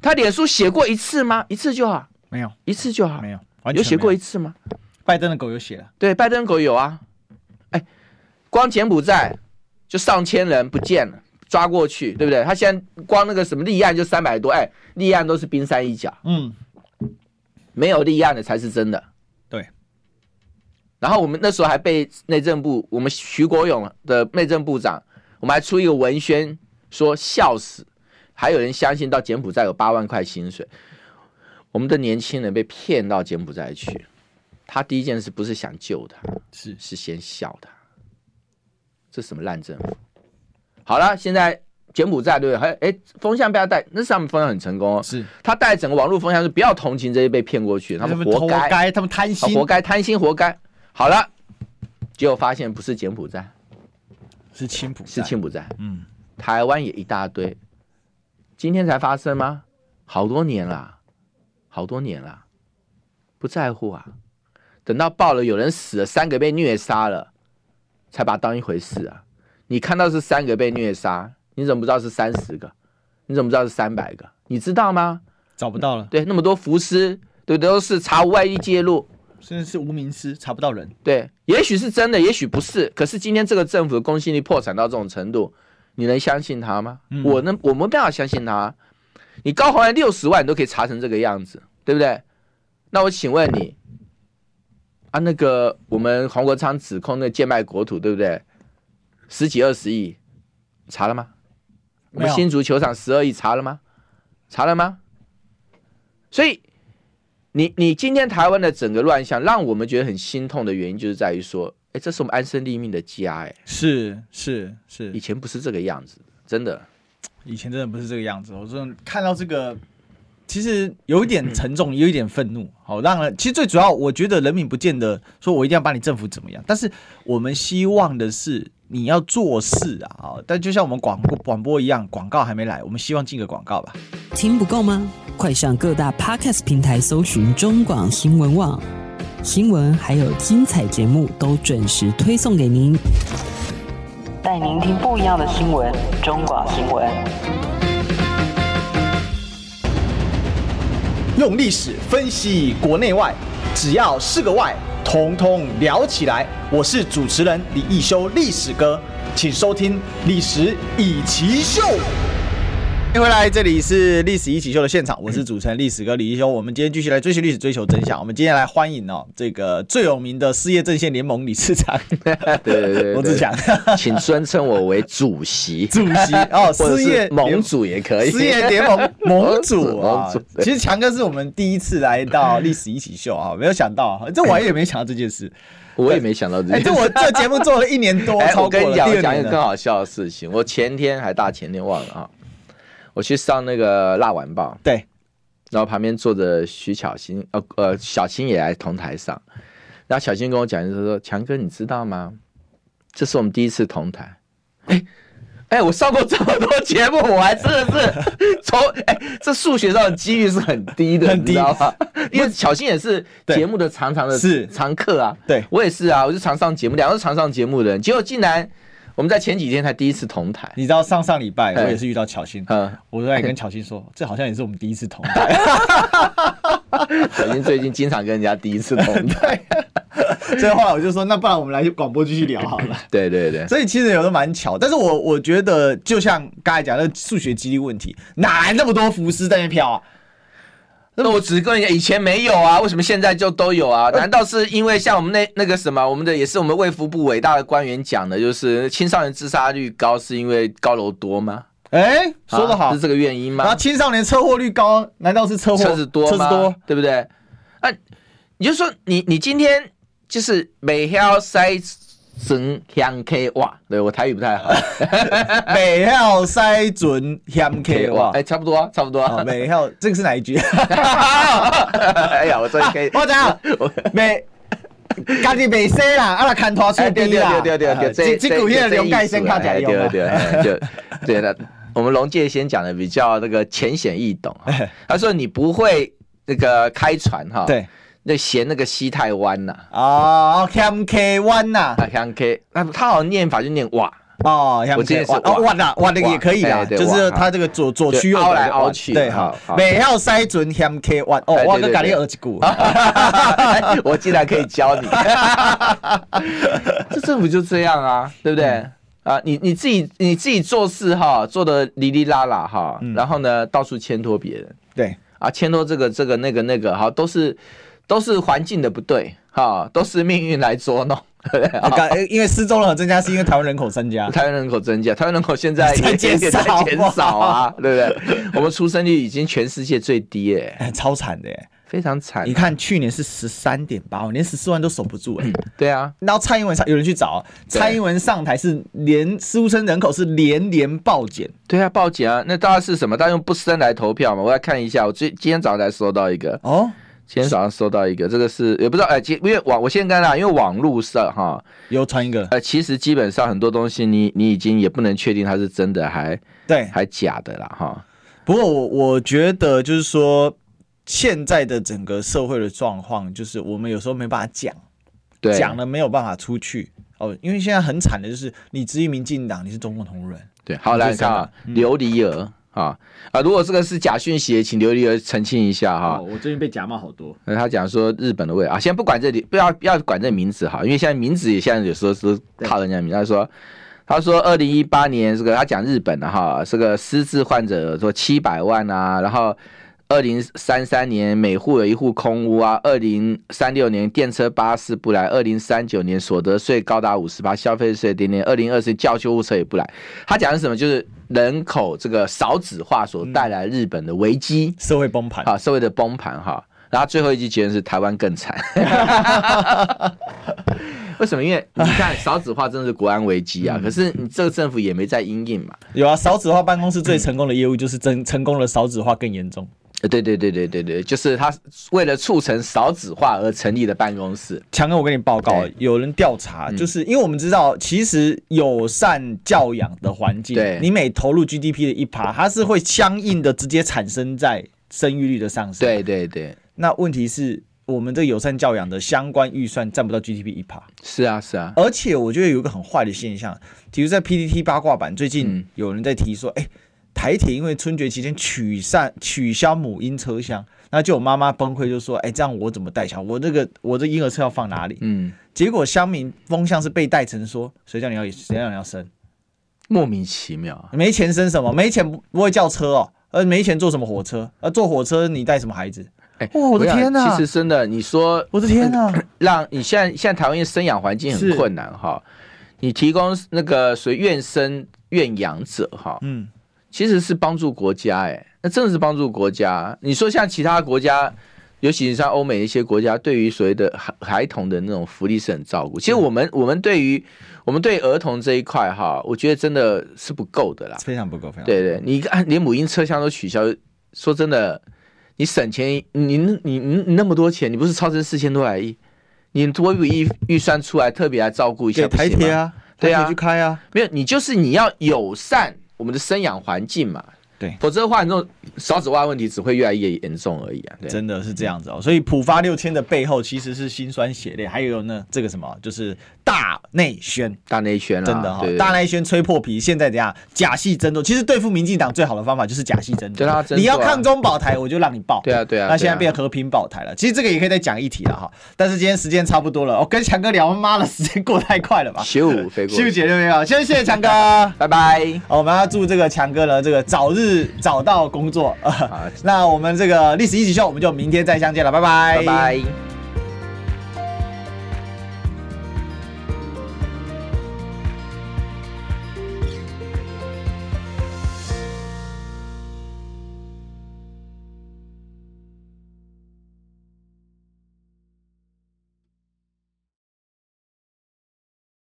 Speaker 2: 他脸书写过一次吗？一次就好，
Speaker 1: 没有，
Speaker 2: 一次就好。
Speaker 1: 没有，完全
Speaker 2: 有写过
Speaker 1: 没
Speaker 2: 一次吗？
Speaker 1: 拜登的狗有写了，
Speaker 2: 对，拜登狗有啊。哎，光柬埔寨就上千人不见了，抓过去，对不对？他现在光那个什么立案就三百多，哎，立案都是冰山一角，
Speaker 1: 嗯，
Speaker 2: 没有立案的才是真的。
Speaker 1: 对。
Speaker 2: 然后我们那时候还被内政部，我们徐国勇的内政部长，我们还出一个文宣说笑死，还有人相信到柬埔寨有八万块薪水，我们的年轻人被骗到柬埔寨去，他第一件事不是想救他，
Speaker 1: 是
Speaker 2: 是先笑他，这什么烂政府？好了，现在柬埔寨对不对？还哎风向不要带，那是他们风向很成功哦。
Speaker 1: 是，
Speaker 2: 他带整个网络风向是不要同情这些被骗过去，他们活
Speaker 1: 活
Speaker 2: 该，
Speaker 1: 该，他们贪
Speaker 2: 啊
Speaker 1: 心，
Speaker 2: 活该贪心，活该。好了，结果发现不是柬埔寨，
Speaker 1: 是青浦，
Speaker 2: 是，柬埔寨，
Speaker 1: 嗯，
Speaker 2: 台湾也一大堆，今天才发生吗？好多年啦，好多年啦，不在乎啊。等到爆了，有人死了，三个被虐杀了，才把它当一回事啊。你看到是三个被虐杀，你怎么不知道是三十个？你怎么不知道是三百个？你知道吗？
Speaker 1: 找不到了，
Speaker 2: 对，那么多浮尸，对，都是查无外力介入，
Speaker 1: 甚至是无名尸，查不到人，
Speaker 2: 对，也许是真的，也许不是。可是今天这个政府的公信力破产到这种程度，你能相信他吗？
Speaker 1: 嗯
Speaker 2: 我能，我们没办法相信他。你高宏安六十万，你都可以查成这个样子，对不对？那我请问你，啊，那个我们黄国昌指控那个贱卖国土，对不对？十几二十亿，查了吗？我
Speaker 1: 没
Speaker 2: 们
Speaker 1: 有
Speaker 2: 新足球场十二亿查了吗？查了吗？所以你你今天台湾的整个乱象，让我们觉得很心痛的原因，就是在于说，哎，这是我们安身立命的家，哎，
Speaker 1: 是是是
Speaker 2: 以，前不是这个样子的，真的。
Speaker 1: 以前真的不是这个样子，我真的看到这个，其实有一点沉重，也有一点愤怒。好，让人其实最主要，我觉得人民不见得说我一定要把你政府怎么样，但是我们希望的是你要做事啊。好但就像我们广播广播一样，广告还没来，我们希望进个广告吧。
Speaker 4: 听不够吗？快上各大 podcast 平台搜寻中广新闻网，新闻还有精彩节目都准时推送给您。
Speaker 6: 带您听不一样的新闻，中广新闻。
Speaker 5: 用历史分析国内外，只要是个“外”，统统聊起来。我是主持人李一修，历史哥，请收听《历史以奇秀》。
Speaker 1: 欢迎回来，这里是历史一起秀的现场，我是主持人历史哥李一修。我们今天继续来追寻历史，追求真相。我们今天来欢迎哦，这个最有名的失业阵线联盟理 事长
Speaker 2: 对对对对
Speaker 1: 罗志强
Speaker 2: 请尊称我为主席，
Speaker 1: 主席哦，
Speaker 2: 或者
Speaker 1: 失业
Speaker 2: 是盟
Speaker 1: 联
Speaker 2: 主也可以。
Speaker 1: 失业联盟盟主啊
Speaker 2: 盟主。对
Speaker 1: 其实强哥是我们第一次来到历史一起秀啊，没有想到啊，这我也没想到这件 事。
Speaker 2: 我也没想到这
Speaker 1: 哎，
Speaker 2: 件事
Speaker 1: 这我这节目做了一年多，
Speaker 2: 哎，
Speaker 1: 超过
Speaker 2: 我跟你
Speaker 1: 了
Speaker 2: 讲，
Speaker 1: 第
Speaker 2: 我
Speaker 1: 二
Speaker 2: 讲一
Speaker 1: 年
Speaker 2: 个更
Speaker 1: 了。
Speaker 2: 好笑的事情。我前天还大前天忘了啊，我去上那个《辣晚报》，
Speaker 1: 对，
Speaker 2: 然后旁边坐着徐巧芯，呃呃，小新也来同台上。然后小新跟我讲，就是说强哥，你知道吗？这是我们第一次同台。哎哎，我上过这么多节目，我还真的是 从哎，这数学上的几率是很低的，
Speaker 1: 很低
Speaker 2: 你知道吗？因为小新也是
Speaker 1: 对
Speaker 2: 节目的常常的
Speaker 1: 是
Speaker 2: 常客啊，
Speaker 1: 对
Speaker 2: 我也是啊，我是常上节目，两个都是常上节目的人，结果竟然我们在前几天才第一次同台。
Speaker 1: 你知道上上礼拜
Speaker 2: 哎
Speaker 1: 我也是遇到巧心，
Speaker 2: 嗯，
Speaker 1: 我在跟巧心说，这好像也是我们第一次同台，
Speaker 2: 小新最近经常跟人家第一次同 台，
Speaker 1: 所以后来我就说，那不然我们来广播继续聊好了。
Speaker 2: 对对对，
Speaker 1: 所以其实有的蛮巧，但是我我觉得就像刚才讲的数学几率问题，哪来那么多浮尸在那边飘啊？
Speaker 2: 那我只是跟你讲，以前没有啊，为什么现在就都有啊？
Speaker 1: 呃
Speaker 2: 难道是因为像我们那那个什么，我们的也是我们卫福部伟大的官员讲的，就是呃青少年自杀率高是因为高楼多吗？
Speaker 1: 哎、
Speaker 2: 啊
Speaker 1: 说得好，
Speaker 2: 是这个原因
Speaker 1: 然后
Speaker 2: 吗？
Speaker 1: 青少年车祸率高，难道是车祸
Speaker 2: 车子多吗？
Speaker 1: 车子多，
Speaker 2: 对不对？啊，你就说你你今天就是每条塞整香 K 哇，对我台语不 太好
Speaker 1: 每号塞准险 K 哇
Speaker 2: 哎，！差不多啊，差不多啊。
Speaker 1: 哦，每号这个是哪一句？
Speaker 2: 哎呀，我终于可以，
Speaker 1: 我讲每家己袂洗啦，啊来牵拖出
Speaker 2: 哎，对
Speaker 1: 边
Speaker 2: 对
Speaker 1: 啦。呃
Speaker 2: 对对对对，这
Speaker 1: 这股迄个龙盖先看起来
Speaker 2: 哎
Speaker 1: 用
Speaker 2: 对
Speaker 1: 啊。
Speaker 2: 对，哎就 对了。我们龙介先讲的比较那个浅显易懂哈，他说你不会那个开船哈，
Speaker 1: 哎对，
Speaker 2: 那嫌那个西太湾呐，
Speaker 1: 哦，Cam K One 呐，
Speaker 2: 啊，像 K，那他好像念法就念哇，
Speaker 1: 哦，Cam
Speaker 2: 我记
Speaker 1: K
Speaker 2: 得是
Speaker 1: One，哦
Speaker 2: 哇
Speaker 1: ，One 啦，One 那个也可以啦，
Speaker 2: 哎对
Speaker 1: 就是
Speaker 2: 哇
Speaker 1: 它这个左左区右
Speaker 2: 就
Speaker 1: 的
Speaker 2: 凹来凹去
Speaker 1: 对，
Speaker 2: 好
Speaker 1: 好，
Speaker 2: 好
Speaker 1: 袂晓塞准 Cam K One，哦
Speaker 2: 哎，
Speaker 1: 我
Speaker 2: 对
Speaker 1: 跟
Speaker 2: 啊对
Speaker 1: 家己
Speaker 2: 对
Speaker 1: 学一 句。
Speaker 2: 哎我竟然可以教你， 这政府就这样啊，对不对？
Speaker 1: 嗯
Speaker 2: 啊，你你自己你自己做事哈，做的哩哩啦啦哈，
Speaker 1: 嗯
Speaker 2: 然后呢，到处牵拖别人
Speaker 1: 对，
Speaker 2: 啊，牵拖这个这个那个那个哈，都是都是环境的不对哈，都是命运来捉弄，对不对？啊
Speaker 1: 刚因为失踪人口增加是因为台湾人口增加。
Speaker 2: 台湾人口增加，台湾人口现在
Speaker 1: 在
Speaker 2: 也
Speaker 1: 减
Speaker 2: 也
Speaker 1: 少
Speaker 2: 在减
Speaker 1: 啊
Speaker 2: 少啊，对不对？我们出生率已经全世界最低哎、
Speaker 1: 哎超惨的耶！
Speaker 2: 非常惨啊
Speaker 1: 你。看去年是十三点八，连十四万都守不住哎、
Speaker 2: 对啊，
Speaker 1: 然后蔡英文上有人去找啊
Speaker 2: 对
Speaker 1: 蔡英文上台是连出生人口是连连暴减，
Speaker 2: 对啊，报警啊！那大家是什么？大家用不生来投票嘛？我来看一下，我最今天早上才收到一个，
Speaker 1: 哦，
Speaker 2: 今天早上收到一个，这个是也不知道，哎，其因为网我先跟大家，因为网络上哈，
Speaker 1: 有传一个
Speaker 2: 呃，其实基本上很多东西你你已经也不能确定它是真的还
Speaker 1: 对，
Speaker 2: 还假的啦哈。
Speaker 1: 不过我我觉得就是说现在的整个社会的状况，就是我们有时候没办法讲，
Speaker 2: 对，
Speaker 1: 讲了没有办法出去哦，因为现在很惨的就是你质疑民进党，你是中共同路人，
Speaker 2: 对，好来
Speaker 1: 就
Speaker 2: 你看啊，琉璃儿啊啊，如果这个是假讯息，请琉璃儿澄清一下哈。
Speaker 1: 哦我最近被假冒好多，
Speaker 2: 那他讲说日本的味啊，先不管这里，不要不要管这名字哈，因为现在名字也现在有时候是套人家名。他说，他说二零一八年这个他讲日本的哈，这个失智患者说七百万啊，然后二零三三年每户有一户空屋啊，二零三六年电车巴士不来，二零三九年所得税高达五十八，消费税点点，二零二四叫救护车也不来。他讲的是什么？就是人口这个少子化所带来日本的危机。
Speaker 1: 社会崩盘，
Speaker 2: 啊，社会的崩盘哈。然后最后一句结论是台湾更惨， 为什么？因为你看少子化真的是国安危机啊，
Speaker 1: 嗯
Speaker 2: 可是你这个政府也没在因应嘛。
Speaker 1: 有啊，少子化办公室最成功的业务就是真成功了，少子化更严重。
Speaker 2: 呃对对对对对对，就是他为了促成少子化而成立的办公室。
Speaker 1: 强哥，我跟你报告
Speaker 2: 对，嗯
Speaker 1: 有人调查，就是因为我们知道，其实友善教养的环境
Speaker 2: 对，
Speaker 1: 你每投入 GDP 的一趴，它是会相应的直接产生在生育率的上升。，
Speaker 2: 对对对，
Speaker 1: 那问题是我们这友善教养的相关预算占不到 GDP 一趴，
Speaker 2: 是啊是啊，
Speaker 1: 而且我觉得有一个很坏的现象，比如在 PTT 八卦版最近
Speaker 2: 嗯
Speaker 1: 有人在提说，哎、台铁因为春节期间取散取消母婴车厢，那就有妈妈崩溃就说，哎、这样我怎么带小孩？我这个我这婴儿车要放哪里？
Speaker 2: 嗯，
Speaker 1: 结果乡民风向是被带成说，谁叫你要谁叫你要生？
Speaker 2: 莫名其妙啊。
Speaker 1: 没钱生什么？没钱不不会叫车哦，呃，没钱坐什么火车？呃，坐火车你带什么孩子？
Speaker 2: 哎
Speaker 1: 哇我的
Speaker 2: 想
Speaker 1: 天哪
Speaker 2: 其实真的，你说
Speaker 1: 我的天啊哪、
Speaker 2: 让你现在现在台湾因为生养环境很
Speaker 1: 是
Speaker 2: 困难哈，你提供那个随愿生愿养者哈，
Speaker 1: 嗯，
Speaker 2: 其实是帮助国家哎、那真的是帮助国家。你说像其他国家，尤其是像欧美一些国家，对于所谓的孩孩童的那种福利是很照顾。
Speaker 1: 嗯
Speaker 2: 其实我们我们对于我们对儿童这一块哈，我觉得真的是不够的啦。
Speaker 1: 非常不够，非常不够
Speaker 2: 对对，你看啊连母婴车厢都取消，说真的，你省钱，你你你你那么多钱，你不是超支四千多来亿，你多余预预算出来特别来照顾一下
Speaker 1: 给台
Speaker 2: 不行
Speaker 1: 铁
Speaker 2: 吗，
Speaker 1: 啊，
Speaker 2: 对啊
Speaker 1: 台铁去开啊，
Speaker 2: 没有，你就是你要友善我们的生养环境嘛，
Speaker 1: 对
Speaker 2: 否则的话，你这种少子化问题只会越来越严重而已啊。对，
Speaker 1: 真的是这样子哦。所以普发六千的背后其实是辛酸血泪，还有呢这个什么就是大内宣。
Speaker 2: 大内宣啊，
Speaker 1: 真的哈、
Speaker 2: 对对
Speaker 1: 大内宣吹破皮，现在怎样？假戏真做。其实对付民进党最好的方法就是假戏真做。
Speaker 2: 对啊真做啊
Speaker 1: 你要抗中保台，我就让你报。
Speaker 2: 对啊对啊
Speaker 1: 那现在
Speaker 2: 对啊
Speaker 1: 变和平保台了，其实这个也可以再讲一题了哈。但是今天时间差不多了，我、哦跟强哥聊，妈的时间过太快 了吧？
Speaker 2: 咻飞过
Speaker 1: 秀
Speaker 2: 去，
Speaker 1: 姐对没有？先 谢谢强哥。 好
Speaker 2: 拜拜。
Speaker 1: 我们要祝这个强哥呢，这个早日找到工作。
Speaker 2: 好
Speaker 1: 那我们这个历史一起秀，我们就明天再相见了，拜拜，
Speaker 2: 拜拜